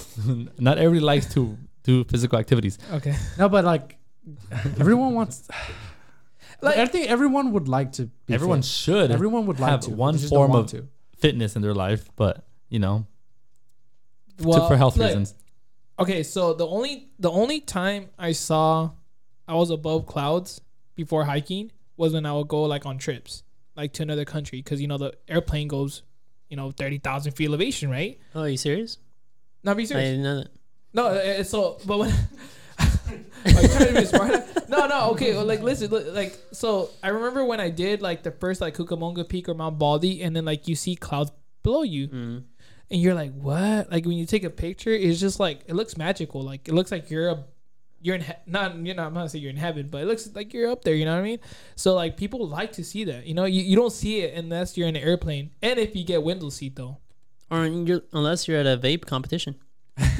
Speaker 3: not everybody likes to do physical activities.
Speaker 4: Okay.
Speaker 1: No, but like everyone wants.
Speaker 4: Like-
Speaker 1: I think everyone would like to. Be
Speaker 3: Everyone
Speaker 1: fit.
Speaker 3: should
Speaker 1: everyone would like
Speaker 3: have
Speaker 1: to.
Speaker 3: one
Speaker 1: they just don't
Speaker 3: form
Speaker 1: want
Speaker 3: of-
Speaker 1: to.
Speaker 3: fitness in their life, but you know, to-
Speaker 4: Well,
Speaker 3: for health
Speaker 4: look,
Speaker 3: reasons.
Speaker 4: Okay, so the only the only time I saw I was above clouds before hiking was when I would go like on trips, like to another country, because you know the airplane goes, you know, thirty thousand feet elevation, right?
Speaker 2: Oh, are you serious?
Speaker 4: Not be
Speaker 2: I
Speaker 4: serious.
Speaker 2: didn't know that.
Speaker 4: No, uh, uh, so but when are you trying to be smart? No, no, okay. Well, like listen, li- like so I remember when I did like the first like Cucamonga Peak or Mount Baldy, and then like you see clouds below you,
Speaker 2: Mm.
Speaker 4: and you're like, what? Like when you take a picture, it's just like it looks magical. Like it looks like you're a you're in he- not you know I'm not gonna say you're in heaven, but it looks like you're up there. You know what I mean? So like people like to see that. You know, you, you don't see it unless you're in an airplane, and if you get window seat though,
Speaker 2: Or in your- unless you're at a vape competition.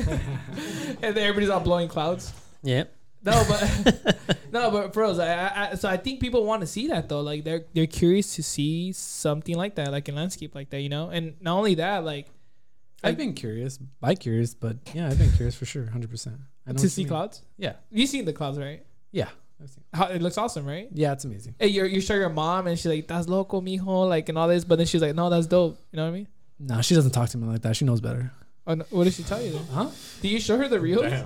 Speaker 4: and then everybody's all blowing clouds.
Speaker 2: Yeah.
Speaker 4: No, but no, but bros. I, I, I- so I think people want to see that though. Like they're they're curious to see something like that, like a landscape like that, you know. And not only that, like
Speaker 1: I've been curious, by curious, but yeah, I've been curious for sure, hundred percent.
Speaker 4: to see clouds.
Speaker 1: Yeah,
Speaker 4: You seen the clouds, right?
Speaker 1: yeah, I've seen
Speaker 4: How, it looks awesome, right?
Speaker 1: it. yeah. It's amazing.
Speaker 4: Hey, you you show your mom, and she's like, "That's loco, mijo," like and all this. But then she's like, "No, that's dope." You know what I mean?
Speaker 1: No, she doesn't talk to me like that. She knows better.
Speaker 4: Oh, no, what did she tell you? Then?
Speaker 1: Huh?
Speaker 4: Do you show her the reels?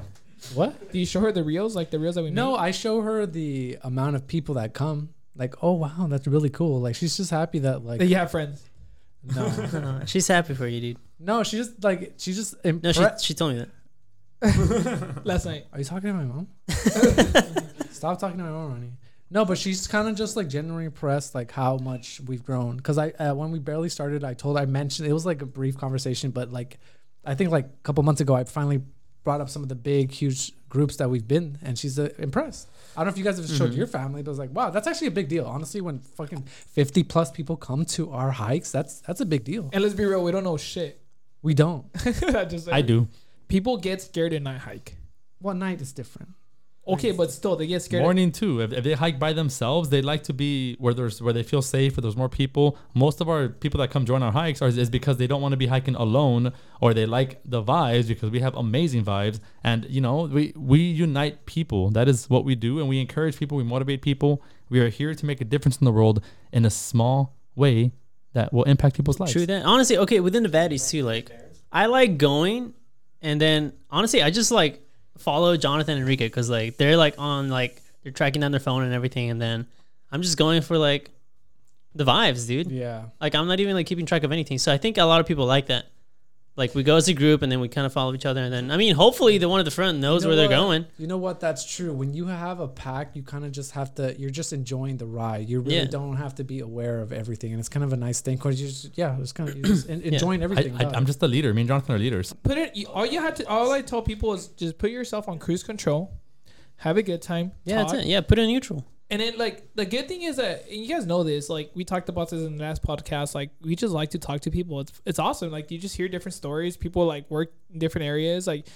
Speaker 1: What?
Speaker 4: Do you show her the reels, like the reels that we
Speaker 1: No,
Speaker 4: made?
Speaker 1: I show her the amount of people that come. Like, oh wow, that's really cool. Like, she's just happy that like
Speaker 4: That you have friends.
Speaker 1: no,
Speaker 2: Uh, she's happy for you, dude.
Speaker 1: no, she just like she just.
Speaker 2: No,
Speaker 1: Impressed.
Speaker 2: she, she told me that.
Speaker 4: Last night.
Speaker 1: Are you talking to my mom? Stop talking to my mom, Ronnie. No, but she's kind of just like genuinely impressed, like how much we've grown. Because I, uh, when we barely started, I told, I mentioned it was like a brief conversation, but like, I think like a couple months ago, I finally brought up some of the big, huge groups that we've been, and she's uh, impressed. I don't know if you guys have showed your family, but it's like, wow, that's actually a big deal. Honestly, when fucking fifty plus people come to our hikes, that's that's a big deal.
Speaker 4: And let's be real, we don't know shit.
Speaker 1: We don't.
Speaker 4: I just-
Speaker 3: I do.
Speaker 4: People get scared at night hike.
Speaker 1: One night is different.
Speaker 4: Okay, but still they get scared.
Speaker 3: Morning too. If, if they hike by themselves, they like to be where there's where they feel safe, where there's more people. Most of our people that come join our hikes are is because they don't want to be hiking alone, or they like the vibes because we have amazing vibes. And you know, we we unite people. That is what we do, and we encourage people. We motivate people. We are here to make a difference in the world in a small way that will impact people's lives.
Speaker 2: True that. Honestly, okay, within the baddies too, like I like going and then honestly I just like follow Jonathan and Rika because like they're like on like they're tracking down their phone and everything and then I'm just going for like the vibes, dude.
Speaker 1: Yeah.
Speaker 2: Like I'm not even like keeping track of anything. So I think a lot of people like that. Like we go as a group and then we kind of follow each other and then I mean hopefully the one at the front knows
Speaker 1: You know
Speaker 2: where they're
Speaker 1: what?
Speaker 2: going.
Speaker 1: You know what? That's true. When you have a pack, you kind of just have to. You're just enjoying the ride. You really
Speaker 2: Yeah.
Speaker 1: don't have to be aware of everything, and it's kind of a nice thing because you just yeah, it's kind of you're just en- enjoying
Speaker 3: I,
Speaker 1: everything.
Speaker 3: I, I'm just a leader. Me and Jonathan are leaders.
Speaker 4: put it you- all you had to all I tell people is just put yourself on cruise control, have a good time.
Speaker 2: Yeah,
Speaker 4: talk,
Speaker 2: that's it. Yeah, put it in neutral.
Speaker 4: And then like the good thing is that and you guys know this, like we talked about this in the last podcast, like we just like to talk to people. It's it's awesome. Like you just hear different stories, people like work in different areas, like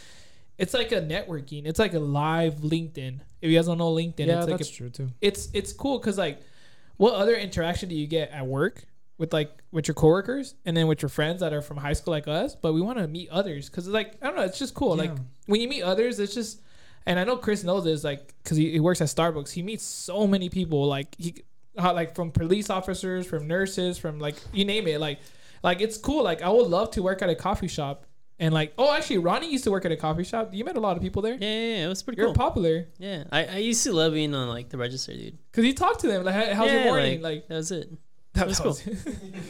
Speaker 4: it's like a networking. It's like a live LinkedIn. If you guys don't know LinkedIn,
Speaker 1: yeah,
Speaker 4: it's like a,
Speaker 1: that's true too.
Speaker 4: it's it's cool because like what other interaction do you get at work with like with your coworkers and then with your friends that are from high school like us but we want to meet others because like i don't know it's just cool like
Speaker 1: Yeah.
Speaker 4: when you meet others it's just and i know chris knows this like because he, he works at starbucks he meets so many people like he how- like from police officers from nurses from like you name it like like it's cool like i would love to work at a coffee shop and like oh actually ronnie used to work at a coffee shop you met a lot of people there
Speaker 2: Yeah, yeah, yeah, it was pretty
Speaker 4: you're
Speaker 2: cool.
Speaker 4: popular
Speaker 2: yeah, I, I used to love being on like the register, dude.
Speaker 4: because you talk to them like "How- how's
Speaker 2: yeah,
Speaker 4: your morning like,
Speaker 2: that was it.
Speaker 4: that
Speaker 2: was
Speaker 4: was-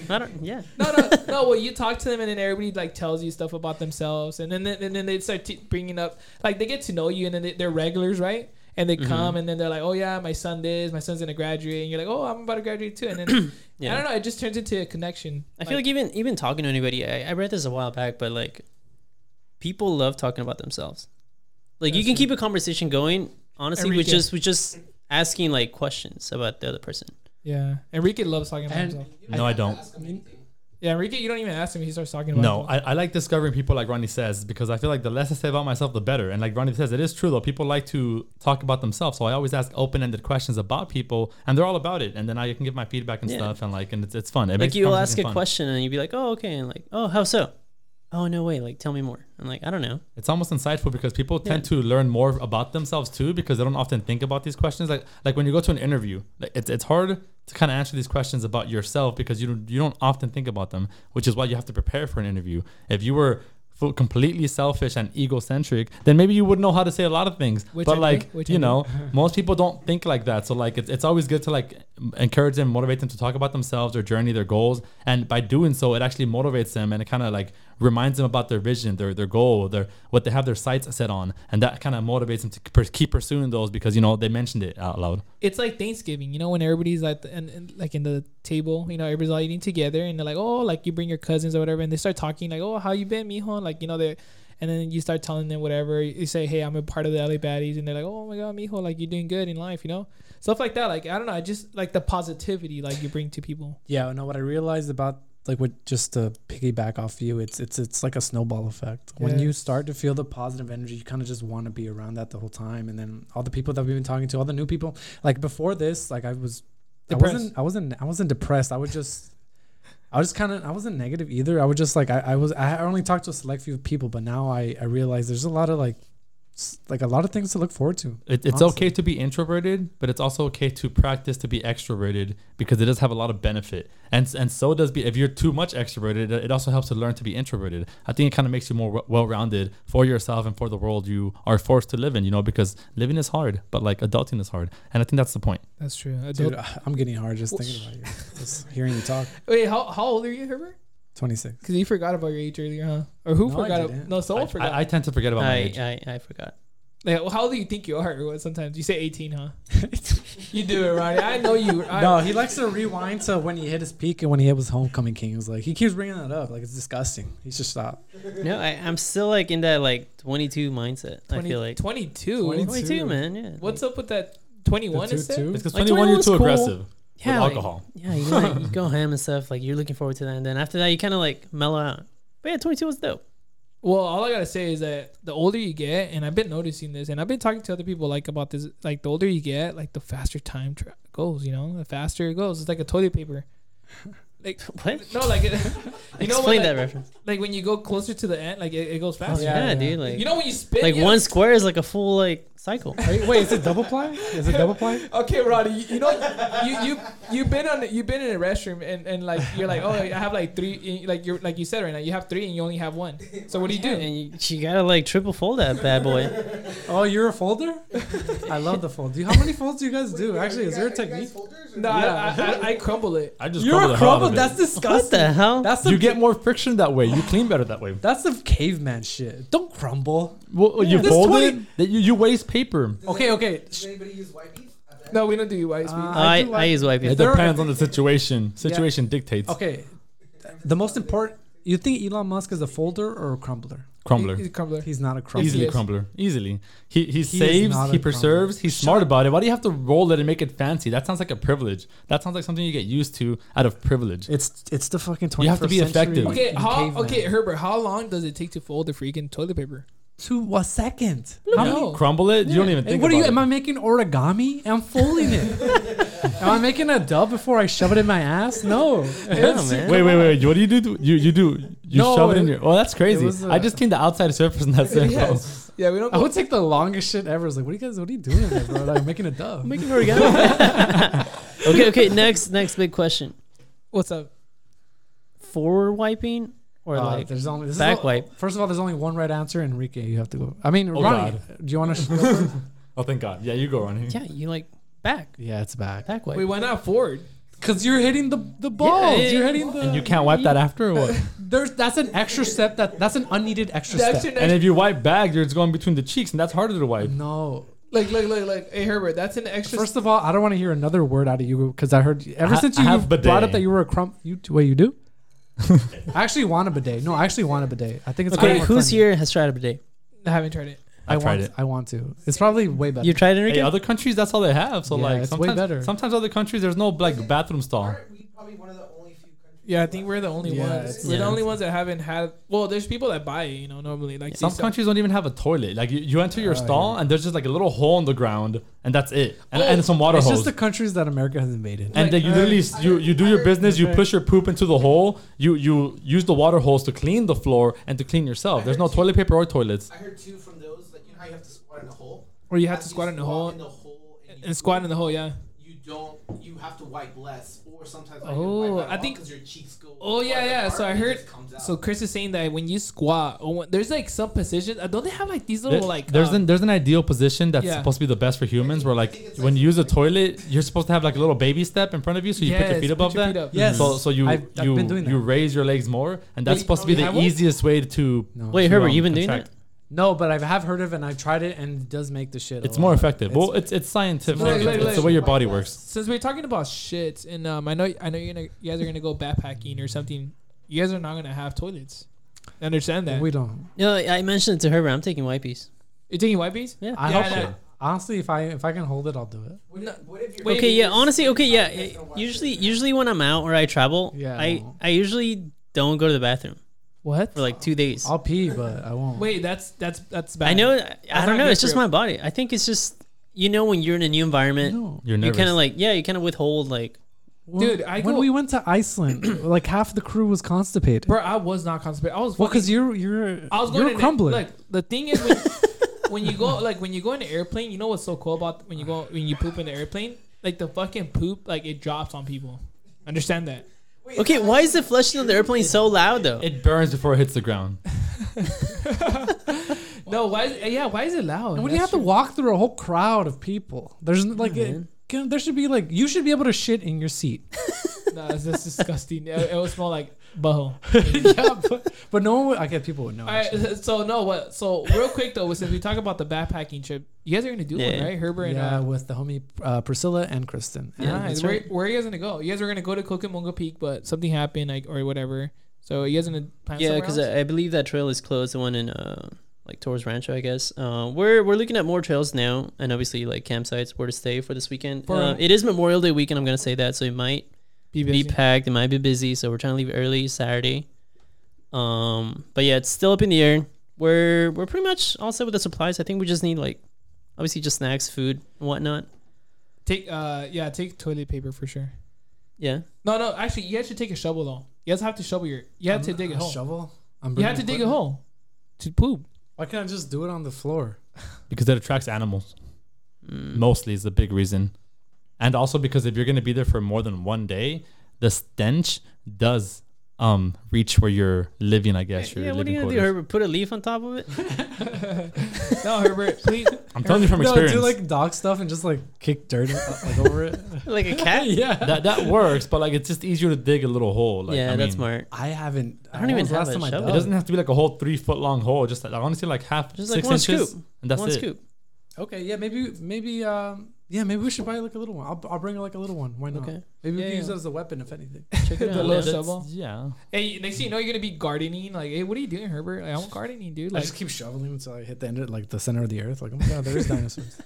Speaker 2: I don't. Yeah.
Speaker 4: no, no, no. Well, you talk to them, and then everybody like tells you stuff about themselves, and then and then they start t- bringing up like they get to know you, and then they, they're regulars, right? And they come, and then they're like, "Oh yeah, my son this, my son's gonna graduate," and you're like, "Oh, I'm about to graduate too," and then
Speaker 2: Yeah.
Speaker 4: I don't know, it just turns into a connection.
Speaker 2: I feel like even even talking to anybody, I, I read this a while back, but like people love talking about themselves. Like you
Speaker 4: That's
Speaker 2: can
Speaker 4: true.
Speaker 2: keep a conversation going, honestly, with
Speaker 4: Enrique.
Speaker 2: just with just asking like questions about the other person.
Speaker 4: yeah, Enrique loves talking about
Speaker 1: And-
Speaker 4: himself.
Speaker 3: No, I don't.
Speaker 4: Yeah, Enrique, you don't even ask him; he starts talking about
Speaker 3: No,
Speaker 4: himself.
Speaker 3: I, I like discovering people like Ronnie says because I feel like the less I say about myself, the better. And like Ronnie says, it is true though. People like to talk about themselves, so I always ask open-ended questions about people, and they're all about it. And then I can give my feedback and
Speaker 2: Yeah.
Speaker 3: stuff, and like, and it's, it's fun. It
Speaker 2: Like
Speaker 3: makes
Speaker 2: you'll ask
Speaker 3: conversation
Speaker 2: a
Speaker 3: fun.
Speaker 2: question and you'd be like, "Oh, okay," and like, "Oh, how so?" Oh no way! Like tell me more. I'm like, I don't know.
Speaker 3: It's almost insightful because people tend to learn more about themselves too because they don't often think about these questions. Like, like when you go to an interview, like it's it's hard to kind of answer these questions about yourself because you don't you don't often think about them, which is why you have to prepare for an interview. If you were full, completely selfish and egocentric, then maybe you would know how to say a lot of things.
Speaker 4: Which I
Speaker 3: but
Speaker 4: do,
Speaker 3: like
Speaker 4: which I
Speaker 3: you
Speaker 4: do.
Speaker 3: know, most people don't think like that. So like it's, it's always good to like m- encourage them, motivate them to talk about themselves, their journey, their goals, and by doing so, it actually motivates them and it kind of like reminds them about their vision, their their goal, their what they have their sights set on, and that kind of motivates them to per- keep pursuing those because you know they mentioned it out loud.
Speaker 4: it's like Thanksgiving, you know, when everybody's at the, and, and like in the table, you know, everybody's all eating together, and they're like, oh, like you bring your cousins or whatever, and they start talking like, oh, how you been, mijo? And, like you know, they, and then you start telling them whatever. You say, hey, I'm a part of the LA Baddies, and they're like, oh my god, mijo, like you're doing good in life, you know, stuff like that. Like I don't know, I just like the positivity like you bring to people.
Speaker 1: Yeah, no. What I realized about like what just to piggyback off you, it's it's it's like a snowball effect. When
Speaker 4: Yeah.
Speaker 1: you start to feel the positive energy, you kind of just want to be around that the whole time. And then all the people that we've been talking to, all the new people, like before this, like I was, I
Speaker 4: Depressed.
Speaker 1: wasn't, I wasn't, I wasn't depressed. I would just. I was kind of I wasn't negative either. I would just like I, I was I only talked to a select few people, but now I I realize there's a lot of like s- like a lot of things to look forward to.
Speaker 3: It, it's
Speaker 1: Honestly.
Speaker 3: okay to be introverted, but it's also okay to practice to be extroverted because it does have a lot of benefit. And and so does be if you're too much extroverted, it also helps to learn to be introverted. I think it kind of makes you more well-rounded for yourself and for the world you are forced to live in. You know, because living is hard, but like adulting is hard, and I think that's the point.
Speaker 4: That's true.
Speaker 1: Dude, I'm getting hard just thinking about you, just hearing you talk.
Speaker 4: Wait, how, how old are you, Herbert?
Speaker 1: Twenty six.
Speaker 4: Because you forgot about your age earlier, huh? Or who
Speaker 1: No, I
Speaker 4: forgot?
Speaker 1: didn't.
Speaker 4: no, someone
Speaker 3: I,
Speaker 4: forgot.
Speaker 3: I, I tend to forget about my age.
Speaker 2: I, I I forgot.
Speaker 4: like, well, how old do you think you are? What, sometimes you say 18, huh? you do it, Ronnie. I know you. I,
Speaker 1: No, he likes to rewind to when he hit his peak and when he hit his homecoming king. He was like, he keeps bringing that up. Like, it's disgusting. He should stop.
Speaker 2: No, I, I'm still like in that like 22 mindset. I
Speaker 4: 20
Speaker 2: feel like
Speaker 4: 22.
Speaker 1: 22.
Speaker 2: 22, man. Yeah.
Speaker 4: What's up with that 21
Speaker 1: The
Speaker 4: is
Speaker 1: two-
Speaker 4: that?
Speaker 1: two?
Speaker 3: It's because
Speaker 2: Like,
Speaker 3: 21
Speaker 2: 21
Speaker 3: you're
Speaker 2: 's
Speaker 3: too
Speaker 2: cool.
Speaker 3: aggressive with
Speaker 2: like-
Speaker 3: alcohol.
Speaker 2: Yeah, you, know, like, you go ham and stuff. Like you're looking forward to that, and then after that, you kind of like mellow out. But yeah, 22 was dope.
Speaker 4: Well, all I gotta say is that the older you get, and I've been noticing this, and I've been talking to other people like about this. Like the older you get, like the faster time tra- goes. You know, the faster it goes. It's like a toilet paper. Like
Speaker 2: What?
Speaker 4: no, like it, you know,
Speaker 2: Explain
Speaker 4: when,
Speaker 2: that
Speaker 4: like,
Speaker 2: reference.
Speaker 4: like when you go closer to the end, like it, it goes faster.
Speaker 2: Oh, yeah,
Speaker 1: yeah.
Speaker 2: dude. Like,
Speaker 4: You know when you spit,
Speaker 2: like
Speaker 4: you know-
Speaker 2: one square is like a full like cycle.
Speaker 1: Wait, wait, is it double ply? Is it double ply?
Speaker 4: Okay, Roddy, you, you know you you you've been on you've been in a restroom and, and like you're like oh I have like three like you're like you said right now you have three and you only have one. So what do you do?
Speaker 2: And you, you gotta like triple fold that bad boy.
Speaker 1: Oh, you're a folder? I love the fold. Do you, how many folds do you guys do? Actually, is there a technique?
Speaker 4: No, uh, I, I, I, I crumble it.
Speaker 3: I just
Speaker 1: You're a
Speaker 3: crumble the hell out
Speaker 1: crumble?
Speaker 3: of it.
Speaker 1: That's
Speaker 2: what
Speaker 1: disgusting.
Speaker 2: the hell?
Speaker 1: That's
Speaker 3: you
Speaker 1: some,
Speaker 3: get more friction that way. You clean better that way.
Speaker 1: that's some caveman shit. Don't crumble.
Speaker 3: Well,
Speaker 1: Yeah.
Speaker 3: you
Speaker 1: This
Speaker 3: fold
Speaker 1: 20
Speaker 3: it. that You, you waste paper.
Speaker 1: Okay, okay.
Speaker 5: Does anybody use white meat? Okay.
Speaker 4: No, we don't do white speed.
Speaker 1: Uh,
Speaker 2: I,
Speaker 1: do
Speaker 2: I
Speaker 1: like-
Speaker 2: use white
Speaker 3: It
Speaker 2: people.
Speaker 1: there are-
Speaker 3: depends on the situation. Situation dictates.
Speaker 1: Okay. The most important. You think Elon Musk is a folder or a crumbler?
Speaker 3: Crumbler.
Speaker 4: He's a crumbler.
Speaker 1: He's not a crumbler.
Speaker 3: Easily
Speaker 4: Yes.
Speaker 3: crumbler. Easily. He he,
Speaker 1: is
Speaker 3: saves,
Speaker 1: not
Speaker 3: he
Speaker 1: a
Speaker 3: preserves, he's smart about it. Why do you have to roll it and make it fancy? That sounds like a privilege. That sounds like something you get used to out of privilege.
Speaker 1: It's it's the fucking twenty.
Speaker 3: You have to be effective.
Speaker 4: Okay, how, okay, Herbert, how long does it take to fold the freaking toilet paper?
Speaker 1: to a second.
Speaker 4: How
Speaker 3: You crumble it, you don't even
Speaker 1: Hey,
Speaker 3: think
Speaker 1: what are you?
Speaker 3: about
Speaker 1: Am
Speaker 3: it.
Speaker 1: I making origami? I'm folding it. am I making a dove before I shove it in my ass? No.
Speaker 2: Yeah, man.
Speaker 3: Wait, wait, wait. What do you do? You you do you
Speaker 1: No,
Speaker 3: shove it in
Speaker 1: it-
Speaker 3: your. Oh, that's crazy.
Speaker 1: was,
Speaker 3: I
Speaker 1: uh,
Speaker 3: just cleaned the outside surface and that's it. bro.
Speaker 4: Yes. Yeah, we don't.
Speaker 1: I would take the longest shit ever. I was like, what are you guys? What are you doing, there, bro? Like making a dove.
Speaker 2: Making origami. okay, okay. Next, next big question.
Speaker 4: What's up?
Speaker 2: Forward wiping or
Speaker 1: Uh,
Speaker 2: like
Speaker 1: there's only this is
Speaker 2: back
Speaker 1: all-
Speaker 2: wipe?
Speaker 1: First of all, there's only one right answer, Enrique. You have to go. I mean,
Speaker 3: Oh,
Speaker 1: Ronnie, do you want to?
Speaker 3: Oh, thank God. Yeah, you go on here.
Speaker 2: yeah, you like back
Speaker 1: yeah, it's back.
Speaker 2: back wipe.
Speaker 4: Wait, why not forward?
Speaker 1: Cause you're hitting the the balls.
Speaker 2: yeah,
Speaker 1: you're
Speaker 2: yeah.
Speaker 1: hitting the.
Speaker 3: And you can't wipe that after or what?
Speaker 1: there's that's an extra step. That that's an unneeded extra
Speaker 4: That's
Speaker 1: step.
Speaker 4: an
Speaker 3: and
Speaker 4: extra,
Speaker 3: if you wipe back, you're- it's going between the cheeks, and that's harder to wipe.
Speaker 1: No.
Speaker 4: like, like, like, like, hey Herbert, that's an extra.
Speaker 1: First of all, I don't want to hear another word out of you because I heard ever
Speaker 3: I-
Speaker 1: since
Speaker 3: I
Speaker 1: you
Speaker 3: have bidet.
Speaker 1: brought up that you were a crump. You what you do? I actually want a bidet. No, I actually want a bidet. I think it's
Speaker 2: Okay,
Speaker 1: way more
Speaker 2: who's
Speaker 1: clean.
Speaker 2: here has tried a bidet?
Speaker 4: I haven't tried it.
Speaker 1: I,
Speaker 3: I
Speaker 1: want.
Speaker 3: tried it.
Speaker 1: I want to. It's probably way better.
Speaker 2: You tried it,
Speaker 3: Hey,
Speaker 2: Enrique?
Speaker 3: other countries, that's all they have. So
Speaker 1: Yeah,
Speaker 3: like,
Speaker 1: it's way
Speaker 3: sometimes,
Speaker 1: better.
Speaker 3: sometimes other countries, there's no like bathroom stall.
Speaker 5: Aren't we probably one of the only few countries?
Speaker 4: Yeah, I think we're the only
Speaker 1: Yeah,
Speaker 4: ones.
Speaker 1: it's-
Speaker 4: We're the
Speaker 2: Yeah.
Speaker 4: only ones that haven't had. Well, there's people that buy it, you know, normally like
Speaker 3: Some
Speaker 4: these-
Speaker 3: countries don't even have a toilet. Like you, you enter your
Speaker 1: Oh,
Speaker 3: stall and there's just like a little hole in the ground and that's it, and,
Speaker 4: Oh,
Speaker 3: and some water
Speaker 1: it's
Speaker 3: hose.
Speaker 1: just uh, the countries that America has invaded.
Speaker 3: and then you literally s- you, you do your business. You
Speaker 1: Okay.
Speaker 3: push your poop into the hole. You you use the water hose to clean the floor and to clean yourself. There's no toilet paper or toilets.
Speaker 5: I heard two from those. Like you know how you have to squat in a hole.
Speaker 4: Or you have
Speaker 5: As
Speaker 4: to squat in the
Speaker 5: In
Speaker 4: hole
Speaker 5: the hole and, you
Speaker 4: and squat in the hole. Yeah.
Speaker 5: You don't. You have to wipe less, or sometimes.
Speaker 4: Oh, I think-
Speaker 5: because your cheeks go.
Speaker 4: Oh yeah,
Speaker 5: farther
Speaker 4: yeah.
Speaker 5: apart
Speaker 4: So I
Speaker 5: and it
Speaker 4: heard.
Speaker 5: just comes out.
Speaker 4: So Chris is saying that when you squat, or when, there's like some positions. uh, Don't they have like these little
Speaker 3: There-
Speaker 4: like?
Speaker 3: there's
Speaker 4: um,
Speaker 3: an there's an ideal position that's
Speaker 4: Yeah.
Speaker 3: supposed to be the best for humans. Where
Speaker 5: I
Speaker 3: like
Speaker 5: think it's
Speaker 3: when
Speaker 5: like-
Speaker 3: you use a toilet, you're supposed to have like a little baby step in front of you, so you put your
Speaker 4: Yes,
Speaker 3: feet above
Speaker 4: your
Speaker 3: that.
Speaker 4: feet up.
Speaker 1: Yes.
Speaker 3: So so you
Speaker 1: I've- I've
Speaker 3: you
Speaker 1: been doing
Speaker 3: you
Speaker 1: that.
Speaker 3: raise your legs more, and
Speaker 4: Wait,
Speaker 3: that's supposed to be
Speaker 4: oh, you
Speaker 3: the
Speaker 4: have one?
Speaker 3: easiest way to.
Speaker 1: No.
Speaker 2: Wait,
Speaker 3: to,
Speaker 2: Herbert,
Speaker 3: um,
Speaker 2: you've been doing
Speaker 3: contract.
Speaker 2: that?
Speaker 1: No, but I have heard of it and I've tried it and it does make the shit. a
Speaker 3: It's
Speaker 1: lot
Speaker 3: more
Speaker 1: better.
Speaker 3: effective. well, it's it's scientific.
Speaker 4: Look,
Speaker 3: it's,
Speaker 4: look,
Speaker 3: it's
Speaker 4: look.
Speaker 3: the way your body works.
Speaker 4: since we're talking about shits, and um, I know I know you're gonna you guys are gonna go backpacking or something. You guys are not gonna have toilets. I understand that.
Speaker 1: We don't.
Speaker 2: No, I mentioned it to Herbert. I'm taking wipes.
Speaker 4: you're taking white bees?
Speaker 2: Yeah.
Speaker 1: I
Speaker 4: Yeah,
Speaker 1: hope
Speaker 4: I
Speaker 1: so.
Speaker 4: know.
Speaker 1: Honestly, if I if I can hold it, I'll do it.
Speaker 5: What if, what if you're
Speaker 4: Wait,
Speaker 2: okay,
Speaker 4: you
Speaker 2: yeah.
Speaker 5: just-
Speaker 2: Honestly, okay, yeah.
Speaker 5: I'm just gonna
Speaker 2: it-
Speaker 5: watch
Speaker 2: Usually,
Speaker 5: it.
Speaker 2: usually when I'm out or I travel,
Speaker 1: Yeah, I
Speaker 2: I
Speaker 1: won't.
Speaker 2: I usually don't go to the bathroom
Speaker 4: What?
Speaker 2: for like two days.
Speaker 1: I'll pee, but I won't.
Speaker 4: Wait, that's that's that's bad.
Speaker 2: I know. I, I
Speaker 4: not
Speaker 2: don't know.
Speaker 4: good
Speaker 2: It's
Speaker 4: for
Speaker 2: just
Speaker 4: you.
Speaker 2: my body. I think it's just you know when you're in a new environment,
Speaker 1: No.
Speaker 3: You're
Speaker 2: you
Speaker 3: nervous.
Speaker 2: kind of like yeah, you kind of withhold like
Speaker 1: Well,
Speaker 4: Dude, I
Speaker 1: when
Speaker 4: go-
Speaker 1: we went to Iceland, like half the crew was constipated.
Speaker 4: bro. I was not constipated. I was
Speaker 1: Well,
Speaker 4: fucking-
Speaker 1: because you're you're
Speaker 4: I was going
Speaker 1: you're
Speaker 4: in
Speaker 1: a
Speaker 4: a-
Speaker 1: crumbler.
Speaker 4: Look, the thing is when, when you go like when you go in the airplane, you know what's so cool about when you go when you poop in the airplane? Like the fucking poop, like it drops on people. Understand that?
Speaker 2: okay. Why is the flushing of the airplane so loud though?
Speaker 3: it burns before it hits the ground.
Speaker 4: No, why? Is, yeah, why is it loud?
Speaker 1: and when you have
Speaker 4: That's
Speaker 1: to
Speaker 4: true.
Speaker 1: walk through a whole crowd of people, there's n- like it, can, there should be like you should be able to shit in your seat.
Speaker 4: No, it's just disgusting. It, it will smell like butthole.
Speaker 1: yeah, but, but no one. Would, I guess people would know.
Speaker 4: All
Speaker 1: actually.
Speaker 4: right, so no, what? So real quick though, since we talk about the backpacking trip, you guys are gonna do one,
Speaker 2: Yeah.
Speaker 4: right? Herbert and
Speaker 1: Yeah,
Speaker 4: uh,
Speaker 1: with the homie uh, Priscilla and Kristen.
Speaker 2: Yeah,
Speaker 1: And-
Speaker 4: nice.
Speaker 2: that's
Speaker 4: Where,
Speaker 2: right.
Speaker 4: where are you guys gonna go? You guys were gonna go to Cocamonga Peak, but something happened, like or whatever. So you guys gonna plan
Speaker 2: yeah, uh,
Speaker 4: somewhere
Speaker 2: because
Speaker 4: else?
Speaker 2: I, I believe that trail is closed. The one in uh like Torres Rancho, I guess. Uh, we're we're looking at more trails now, and obviously like campsites where to stay for this weekend.
Speaker 4: For-
Speaker 2: Uh, it is Memorial Day weekend. I'm gonna say that, so it might
Speaker 4: Be
Speaker 2: be
Speaker 4: busy.
Speaker 2: packed. It might be busy, so we're trying to leave early Saturday. Um, but yeah, it's still up in the air. We're we're pretty much all set with the supplies. I think we just need like obviously just snacks, food, and whatnot.
Speaker 4: Take uh yeah, take toilet paper for sure.
Speaker 2: Yeah.
Speaker 4: No, no, actually, you guys should take a shovel though. You guys have to shovel your. You have to dig a hole.
Speaker 1: Shovel. I'm
Speaker 4: You
Speaker 1: bringing
Speaker 4: have to dig a
Speaker 1: equipment.
Speaker 4: hole to poop.
Speaker 1: Why can't I just do it on the floor?
Speaker 3: because it attracts animals.
Speaker 2: Mm.
Speaker 3: Mostly is the big reason, and also because if you're gonna be there for more than one day, the stench does um reach where you're living. I guess your
Speaker 2: Yeah, what are
Speaker 3: living
Speaker 2: you gonna do,
Speaker 3: quarters.
Speaker 2: Herbert? Put a leaf on top of it?
Speaker 4: No, Herbert, please.
Speaker 3: I'm telling you from experience.
Speaker 1: do like dog stuff and just like kick dirt uh, like over it.
Speaker 2: like a cat?
Speaker 1: yeah.
Speaker 3: that that works, but like it's just easier to dig a little hole. Like,
Speaker 2: yeah,
Speaker 3: I
Speaker 2: that's
Speaker 3: mean,
Speaker 2: smart.
Speaker 1: I haven't.
Speaker 2: I don't
Speaker 1: when
Speaker 2: even
Speaker 1: was the
Speaker 2: have a
Speaker 1: I
Speaker 2: shovel.
Speaker 3: It
Speaker 1: dug?
Speaker 3: doesn't have to be like a whole three foot long hole. Just like, honestly, like half,
Speaker 2: Just like
Speaker 3: six
Speaker 2: one
Speaker 3: inches,
Speaker 2: scoop.
Speaker 3: and that's
Speaker 2: One
Speaker 3: it.
Speaker 2: scoop.
Speaker 1: Okay, yeah, maybe, maybe, um, yeah, maybe we should buy like a little one. I'll, I'll bring like a little one. Why not?
Speaker 2: Okay.
Speaker 1: Maybe we
Speaker 4: Yeah,
Speaker 1: can use
Speaker 4: yeah.
Speaker 1: it as a weapon, if anything.
Speaker 2: Check it
Speaker 4: The
Speaker 2: out.
Speaker 4: little
Speaker 2: yeah.
Speaker 3: That's-
Speaker 4: shovel?
Speaker 3: Yeah.
Speaker 4: hey, next thing you know, you're gonna be gardening. Like, hey, what are you doing, Herbert? Like, I'm gardening, dude.
Speaker 1: I
Speaker 4: Like,
Speaker 1: just keep shoveling until I hit the end of like the center of the earth. Like, oh my god, there is dinosaurs.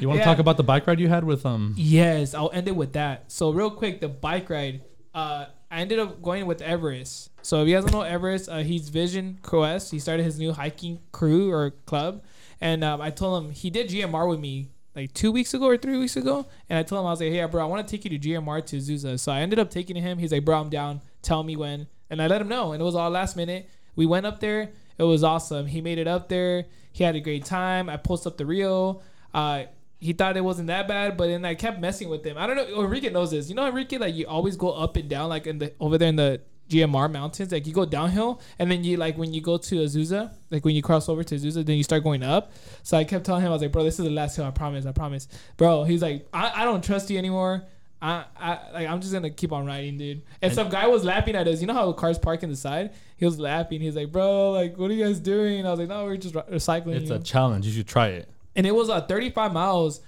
Speaker 3: You want to
Speaker 4: Yeah.
Speaker 3: talk about the bike ride you had with um?
Speaker 4: Yes, I'll end it with that. So real quick, the bike ride. Uh, I ended up going with Everest. So if you guys don't know Everest, uh, he's Vision Quest. He started his new hiking crew or club, and um, I told him he did GMR with me like two weeks ago or three weeks ago, and I told him I was like, hey, bro, I want to take you to GMR to Azusa. So I ended up taking him. He's like, bro, I'm down. Tell me when, and I let him know, and it was all last minute. We went up there. It was awesome. He made it up there. He had a great time. I posted up the reel. Uh, he thought it wasn't that bad, but then I kept messing with him. I don't know. Enrique knows this. You know, Enrique, like you always go up and down, like in the over there in the GMR mountains. Like you go downhill, and then you like when you go to Azusa, like when you cross over to Azusa, then you start going up. So I kept telling him, I was like, bro, this is the last hill. I promise. I promise, bro. He's like, I, I don't trust you anymore. I, I like I'm just gonna keep on riding, dude. And some guy was laughing at us. You know how cars park in the side? He was laughing. He's like, "Bro, like, what are you guys doing?" I was like, "No, we're just ri- recycling."
Speaker 3: It's
Speaker 4: you
Speaker 3: a
Speaker 4: know?
Speaker 3: challenge. You should try it.
Speaker 4: and it was a 35 miles,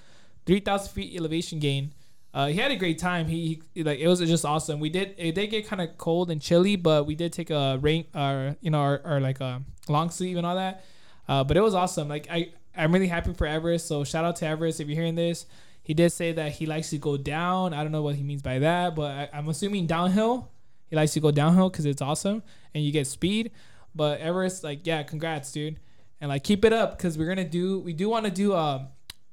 Speaker 4: 3,000 feet elevation gain. Uh, he had a great time. He, he- like it was just awesome. We did it did get kind of cold and chilly, but we did take a rain, uh, you know, our, our like a long sleeve and all that. Uh, but it was awesome. Like I, I'm really happy for Everest. So shout out to Everest if you're hearing this. He did say that he likes to go down. I don't know what he means by that, but I, I'm assuming downhill. He likes to go downhill because it's awesome and you get speed. But Everest, like, yeah, congrats, dude, and like keep it up because we're gonna do. We do want to do um,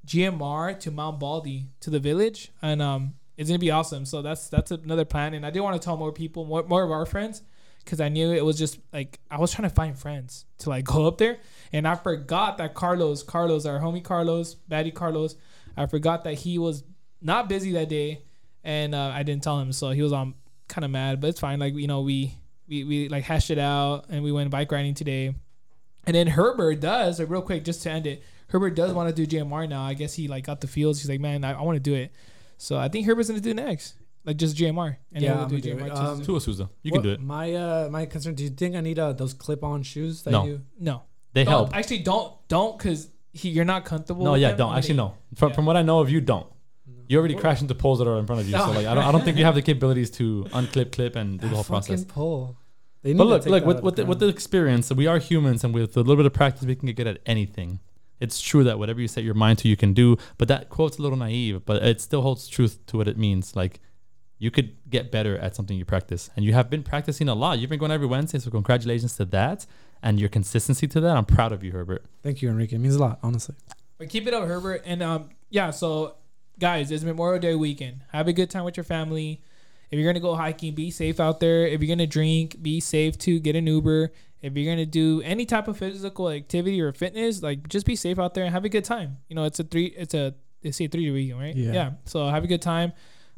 Speaker 4: GMR to Mount Baldy to the village, and um, it's gonna be awesome. So that's that's another plan, and I did want to tell more people, more more of our friends, because I knew it was just like I was trying to find friends to like go up there, and I forgot that Carlos, Carlos, our homie Carlos, baddie Carlos, I forgot that he was not busy that day, and uh, I didn't tell him, so he was on kind of mad, but it's fine. Like you know, we we we like hashed it out, and we went bike riding today, and then Herbert does like real quick just to end it. Herbert does want to do GMR now. I guess he like got the feels. He's like, man, I, I want to do it. So I think Herbert's gonna do next, like just GMR, and
Speaker 1: Yeah,
Speaker 4: then
Speaker 1: I'm
Speaker 4: we'll do
Speaker 1: gonna do
Speaker 4: GMR.
Speaker 1: it.
Speaker 4: too.
Speaker 1: Um,
Speaker 3: To Asusa, you
Speaker 1: What-
Speaker 3: can do it.
Speaker 1: My uh, my concern. Do you think I need uh, those clip-on shoes? That
Speaker 3: No.
Speaker 1: You,
Speaker 4: no,
Speaker 3: They
Speaker 4: don't,
Speaker 3: help.
Speaker 4: Actually, don't don't because he you're not comfortable.
Speaker 3: No,
Speaker 4: with
Speaker 3: yeah,
Speaker 4: them.
Speaker 3: don't.
Speaker 4: I'm
Speaker 3: Actually,
Speaker 4: gonna-
Speaker 3: no. From,
Speaker 4: Yeah.
Speaker 3: from what I know of you, don't. You already crash into poles that are in front of you, so like I don't, I don't think you have the capabilities to unclip, clip, and do the whole
Speaker 1: That Ah, fucking
Speaker 3: process.
Speaker 1: pull. They need
Speaker 3: But
Speaker 1: to
Speaker 3: look,
Speaker 1: take that
Speaker 3: look
Speaker 1: out
Speaker 3: with
Speaker 1: of
Speaker 3: with the, with the
Speaker 1: ground.
Speaker 3: experience, we are humans, and with a little bit of practice, we can get good at anything. It's true that whatever you set your mind to, you can do. But that quote's a little naive, but it still holds truth to what it means. Like you could get better at something you practice, and you have been practicing a lot. You've been going every Wednesday, so congratulations to that and your consistency to that. I'm proud of you, Herbert.
Speaker 1: Thank you, Enrique. It means a lot, honestly.
Speaker 4: But keep it up, Herbert. And um, yeah. So, guys, it's Memorial Day weekend. Have a good time with your family. If you're gonna go hiking, be safe out there. If you're gonna drink, be safe too. Get an Uber. If you're gonna do any type of physical activity or fitness, like just be safe out there and have a good time. You know, it's a three. It's a they say three day weekend, right?
Speaker 1: Yeah.
Speaker 4: Yeah. So have a good time.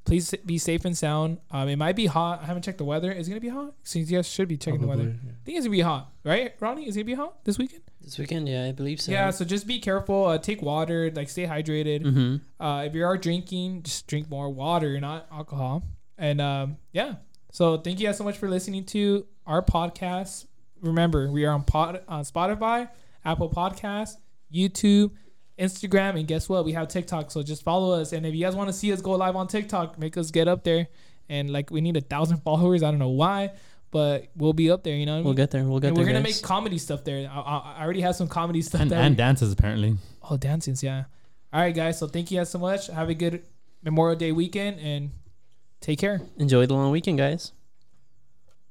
Speaker 4: Please be safe and sound. Um, it might be hot. I haven't checked the weather. Is it gonna be hot? Since you guys should be checking the
Speaker 1: Probably,
Speaker 4: weather.
Speaker 1: yeah.
Speaker 4: I think it's gonna be hot, right, Ronnie? Is it gonna be hot this weekend?
Speaker 2: This weekend, yeah, I believe so.
Speaker 4: Yeah, so just be careful. Uh, take water. Like stay hydrated.
Speaker 2: Mm-hmm.
Speaker 4: Uh, if you are drinking, just drink more water, not alcohol. And um, yeah, so thank you guys so much for listening to our podcast. Remember, we are on pod on Spotify, Apple Podcasts, YouTube, Instagram, and guess what? We have TikTok. So just follow us. And if you guys want to see us go live on TikTok, make us get up there. And like we need a thousand followers. I don't know why, but we'll be up there. You know, what I
Speaker 2: We'll
Speaker 4: mean?
Speaker 2: get there. We'll get
Speaker 4: and
Speaker 2: there.
Speaker 4: we're gonna
Speaker 2: guys.
Speaker 4: make comedy stuff there. I, I, I already have some comedy stuff.
Speaker 3: And,
Speaker 4: that
Speaker 3: and
Speaker 4: we-
Speaker 3: dances apparently.
Speaker 4: Oh, dancing's yeah. All right, guys. So thank you guys so much. Have a good Memorial Day weekend and take care.
Speaker 2: enjoy the long weekend, guys.